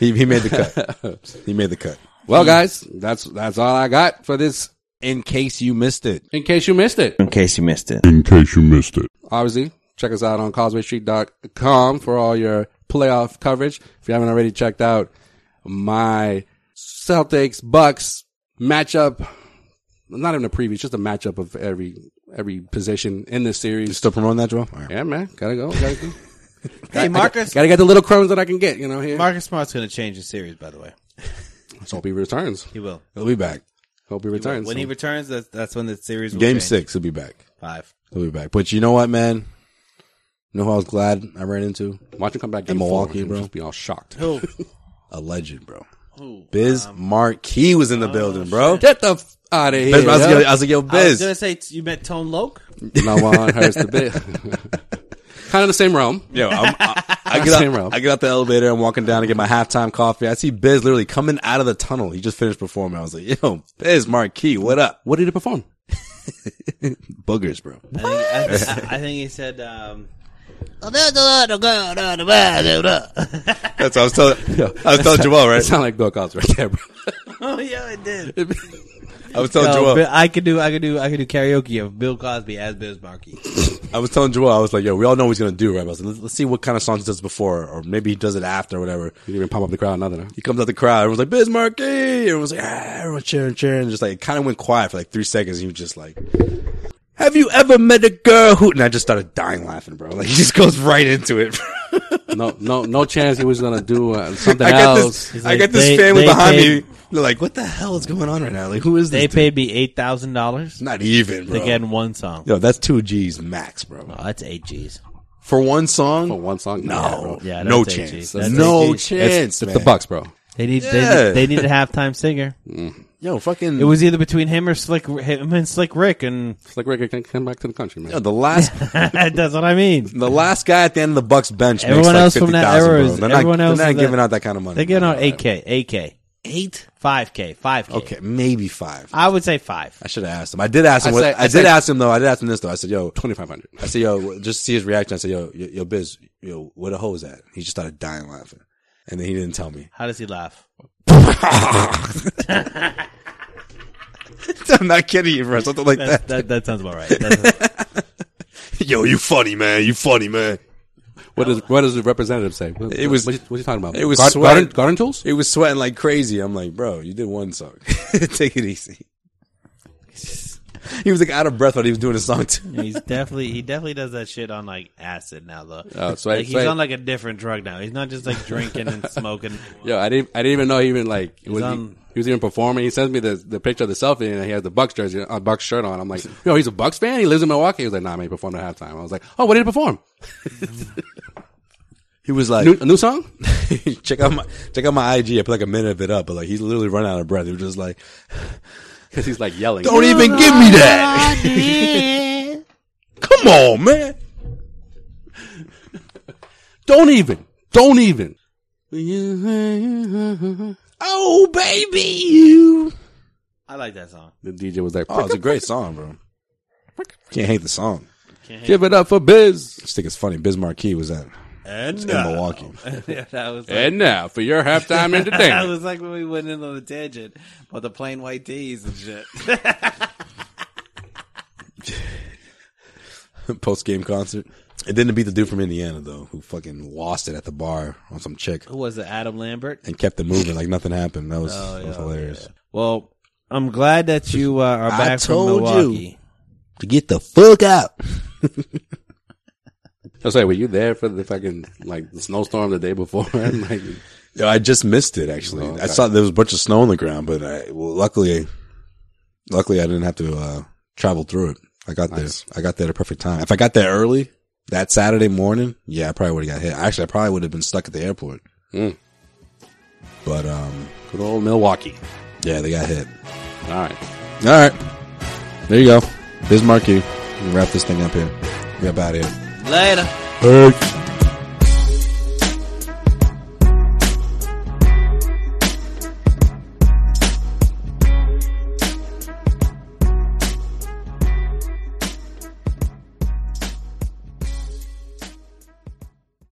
B: He he made the *laughs* cut. he made the cut.
D: Well, guys, that's that's all I got for this.
B: In case you missed it,
D: In case you missed it,
C: In case you missed it.
E: in case you missed it.
D: obviously check us out on causewaystreet.com for all your playoff coverage. If you haven't already checked out my Celtics Bucks matchup, not even a preview, just a matchup of every every position in this
B: you
D: series.
B: still promoting that, Joel? All right.
D: Yeah, man, gotta go. Gotta go.
C: Hey, Marcus.
D: Gotta get the little crumbs that I can get, you know, here.
C: Marcus Smart's going to change the series, by the way.
D: So hope he returns.
C: He will.
B: He'll be back.
D: Hope he returns.
C: When he returns, that's, that's when the series will
B: Game
C: change.
B: six, he'll be back.
C: Five.
B: He'll be back. But you know what, man? You know who I was glad I ran into?
D: Watch him come back
B: In
D: game four
B: Milwaukee,
D: and
B: bro.
D: Just be all
B: *laughs*
D: shocked.
C: Who?
B: A legend, bro.
C: Who?
B: Biz Marquis was in the building, bro.
D: Get the f- out of here.
B: Biz, I, was like, yo- I was like, yo,
C: I was
B: Biz.
C: going to say, t- you met Tone Loke?
D: no one hurts the *laughs* bit. kind of the same realm.
B: Yo, I'm, I, I get
D: Same route.
B: out, I get out the elevator. I'm walking down to get my halftime coffee. I see Biz literally coming out of the tunnel. He just finished performing. I was like, yo, Biz Marquis, what up?
D: What did he perform?
B: Boogers, bro. *laughs*
C: I think, I, I- I think he said, um,
B: That's what I was telling. I was telling Joel,
D: It
B: right?
D: sound like Gorkov's right there, *laughs* bro.
C: *laughs* oh, yeah, it did.
B: I was telling Joel.
C: No, Bi- I could do I could do I could do karaoke of Bill Cosby as Biz Markie.
B: I was telling Joel. I was like, yo, we all know what he's gonna do, right? I was like, let's, let's see what kind of songs he does before, or maybe he does it after, or whatever.
D: You didn't even pump up the crowd, nothing. Huh?
B: He comes out the crowd. Everyone's like, Biz Markie. Everyone's like, ah, everyone cheering, cheering. Just like, it kind of went quiet for like three seconds. He was just like, Have you ever met a girl who? And I just started dying laughing, bro. Like he just goes right into it.
D: No, no, no chance he was gonna do uh, *laughs* something
B: I got
D: else.
B: this.
C: He's
B: I
C: like,
B: got this
C: they-
B: family
C: they
B: behind
C: paid-
B: me. They're like, what the hell is going on right now? Like, who is this?
C: They
B: dude?
C: paid me eight thousand dollars
B: Not even,
C: to
B: bro.
C: get one song.
B: Yo, that's two G's max, bro.
C: Oh, that's eight G's.
B: For one song,
D: For one song, yeah,
B: no,
D: bro.
C: Yeah,
B: no
C: that's AG.
B: chance,
C: That's
B: no
C: AG.
B: chance.
D: it's, it's the
B: man.
D: Bucks, bro.
C: They need
B: Yeah.
C: they, they need a halftime singer.
B: Yo, fucking.
C: It was either between him or Slick him and Slick Rick, and *laughs*
D: It's like Rick can come back to the country, man.
B: yo, the last,
C: that's what I mean.
B: the last guy at the end of the Bucks bench.
C: Everyone
B: makes
C: else
B: like
C: from that
B: 50,000,
C: era
B: bro.
C: is-
B: They're not,
C: everyone else
B: they're
C: is
B: not
C: that-
B: giving out that kind of money.
C: They get
B: bro.
C: on eight K, eight K,
B: eight.
C: five K, five K.
B: Okay, maybe five.
C: I would say five.
B: I should have asked him. I did ask him.
D: I
B: what,
D: said-
B: I,
D: I
B: did
D: said-
B: ask him though. I did ask him this though. I said, "Yo,
D: Twenty five hundred.
B: I said, yo, just to see his reaction. I said, yo, yo, yo, Biz, yo, where the hoes at? He just started dying laughing. And then he didn't tell me. *laughs*
C: How does he laugh?
B: I'm not kidding you, bro. Something like
C: That's,
B: that.
C: *laughs* that that sounds about right. That's-
B: Yo, you funny, man. You funny, man.
D: What does what does the representative say? What,
B: It was-
D: what, you, what you talking about?
B: it was
D: Gar-
B: sweat.
D: garden, garden tools.
B: It was sweating like crazy. I'm like, bro, you did one song. *laughs* Take it easy. He was like out of breath while he was doing a song too.
C: he's definitely he definitely does that shit on like acid now though.
D: Oh, so I-
C: like he's
D: so I-
C: on like a different drug now. He's not just like drinking and smoking.
D: Yo, I didn't I didn't even know he even like was he,
C: on-
D: he was even performing. He sends me the, the picture of the selfie and he has the Bucks jersey on Bucks shirt on. I'm like, yo, he's a Bucks fan. He lives in Milwaukee. He was like, nah, man, he performed at halftime. I was like, oh, what did he perform?
B: He was like,
D: New, a new *laughs* song?
B: *laughs* check out my check out my IG. I put like a minute of it up, but like he's literally run out of breath. He was just like,
D: Because he's like yelling.
B: don't even give me that. *laughs* Come on, man.
D: Don't even. Don't even. The
B: Oh, baby, you.
C: I like that song.
D: DJ was like,
B: Oh, it's a great song, bro. Can't hate the song.
D: give it up for Biz.
B: Just think it's funny. Biz Marquee was at
C: And
B: in Milwaukee. *laughs*
C: *laughs* yeah, that was like,
D: And now for your *laughs* halftime
C: that
D: entertainment.
C: was like when we went in on the tangent about the plain white tees and shit.
B: Post game concert. It didn't beat the dude from Indiana though, who fucking lost it at the bar on some chick
C: *laughs* Who was it? Adam Lambert.
B: and kept it moving like nothing happened. That was, that was hilarious.
C: Well, I'm glad that you uh, are
B: I
C: back
B: told
C: from Milwaukee.
B: you. To get the fuck out.
D: I was like, were you there for the fucking like the snowstorm the day before? *laughs* And like,
B: Yo, I just missed it actually.
D: Oh, okay.
B: I saw there was a bunch of snow on the ground, but I, well, luckily, luckily I didn't have to uh, travel through it. I got
D: Nice.
B: there. I got there at a perfect time. If I got there early that Saturday morning, yeah, I probably would have got hit. Actually, I probably would have been stuck at the airport.
D: Mm.
B: But um,
D: good old Milwaukee.
B: yeah, they got hit.
D: All right.
B: All right, there you go. Biz Markie. We can wrap this thing up here. We up out here.
C: Later.
B: Hey.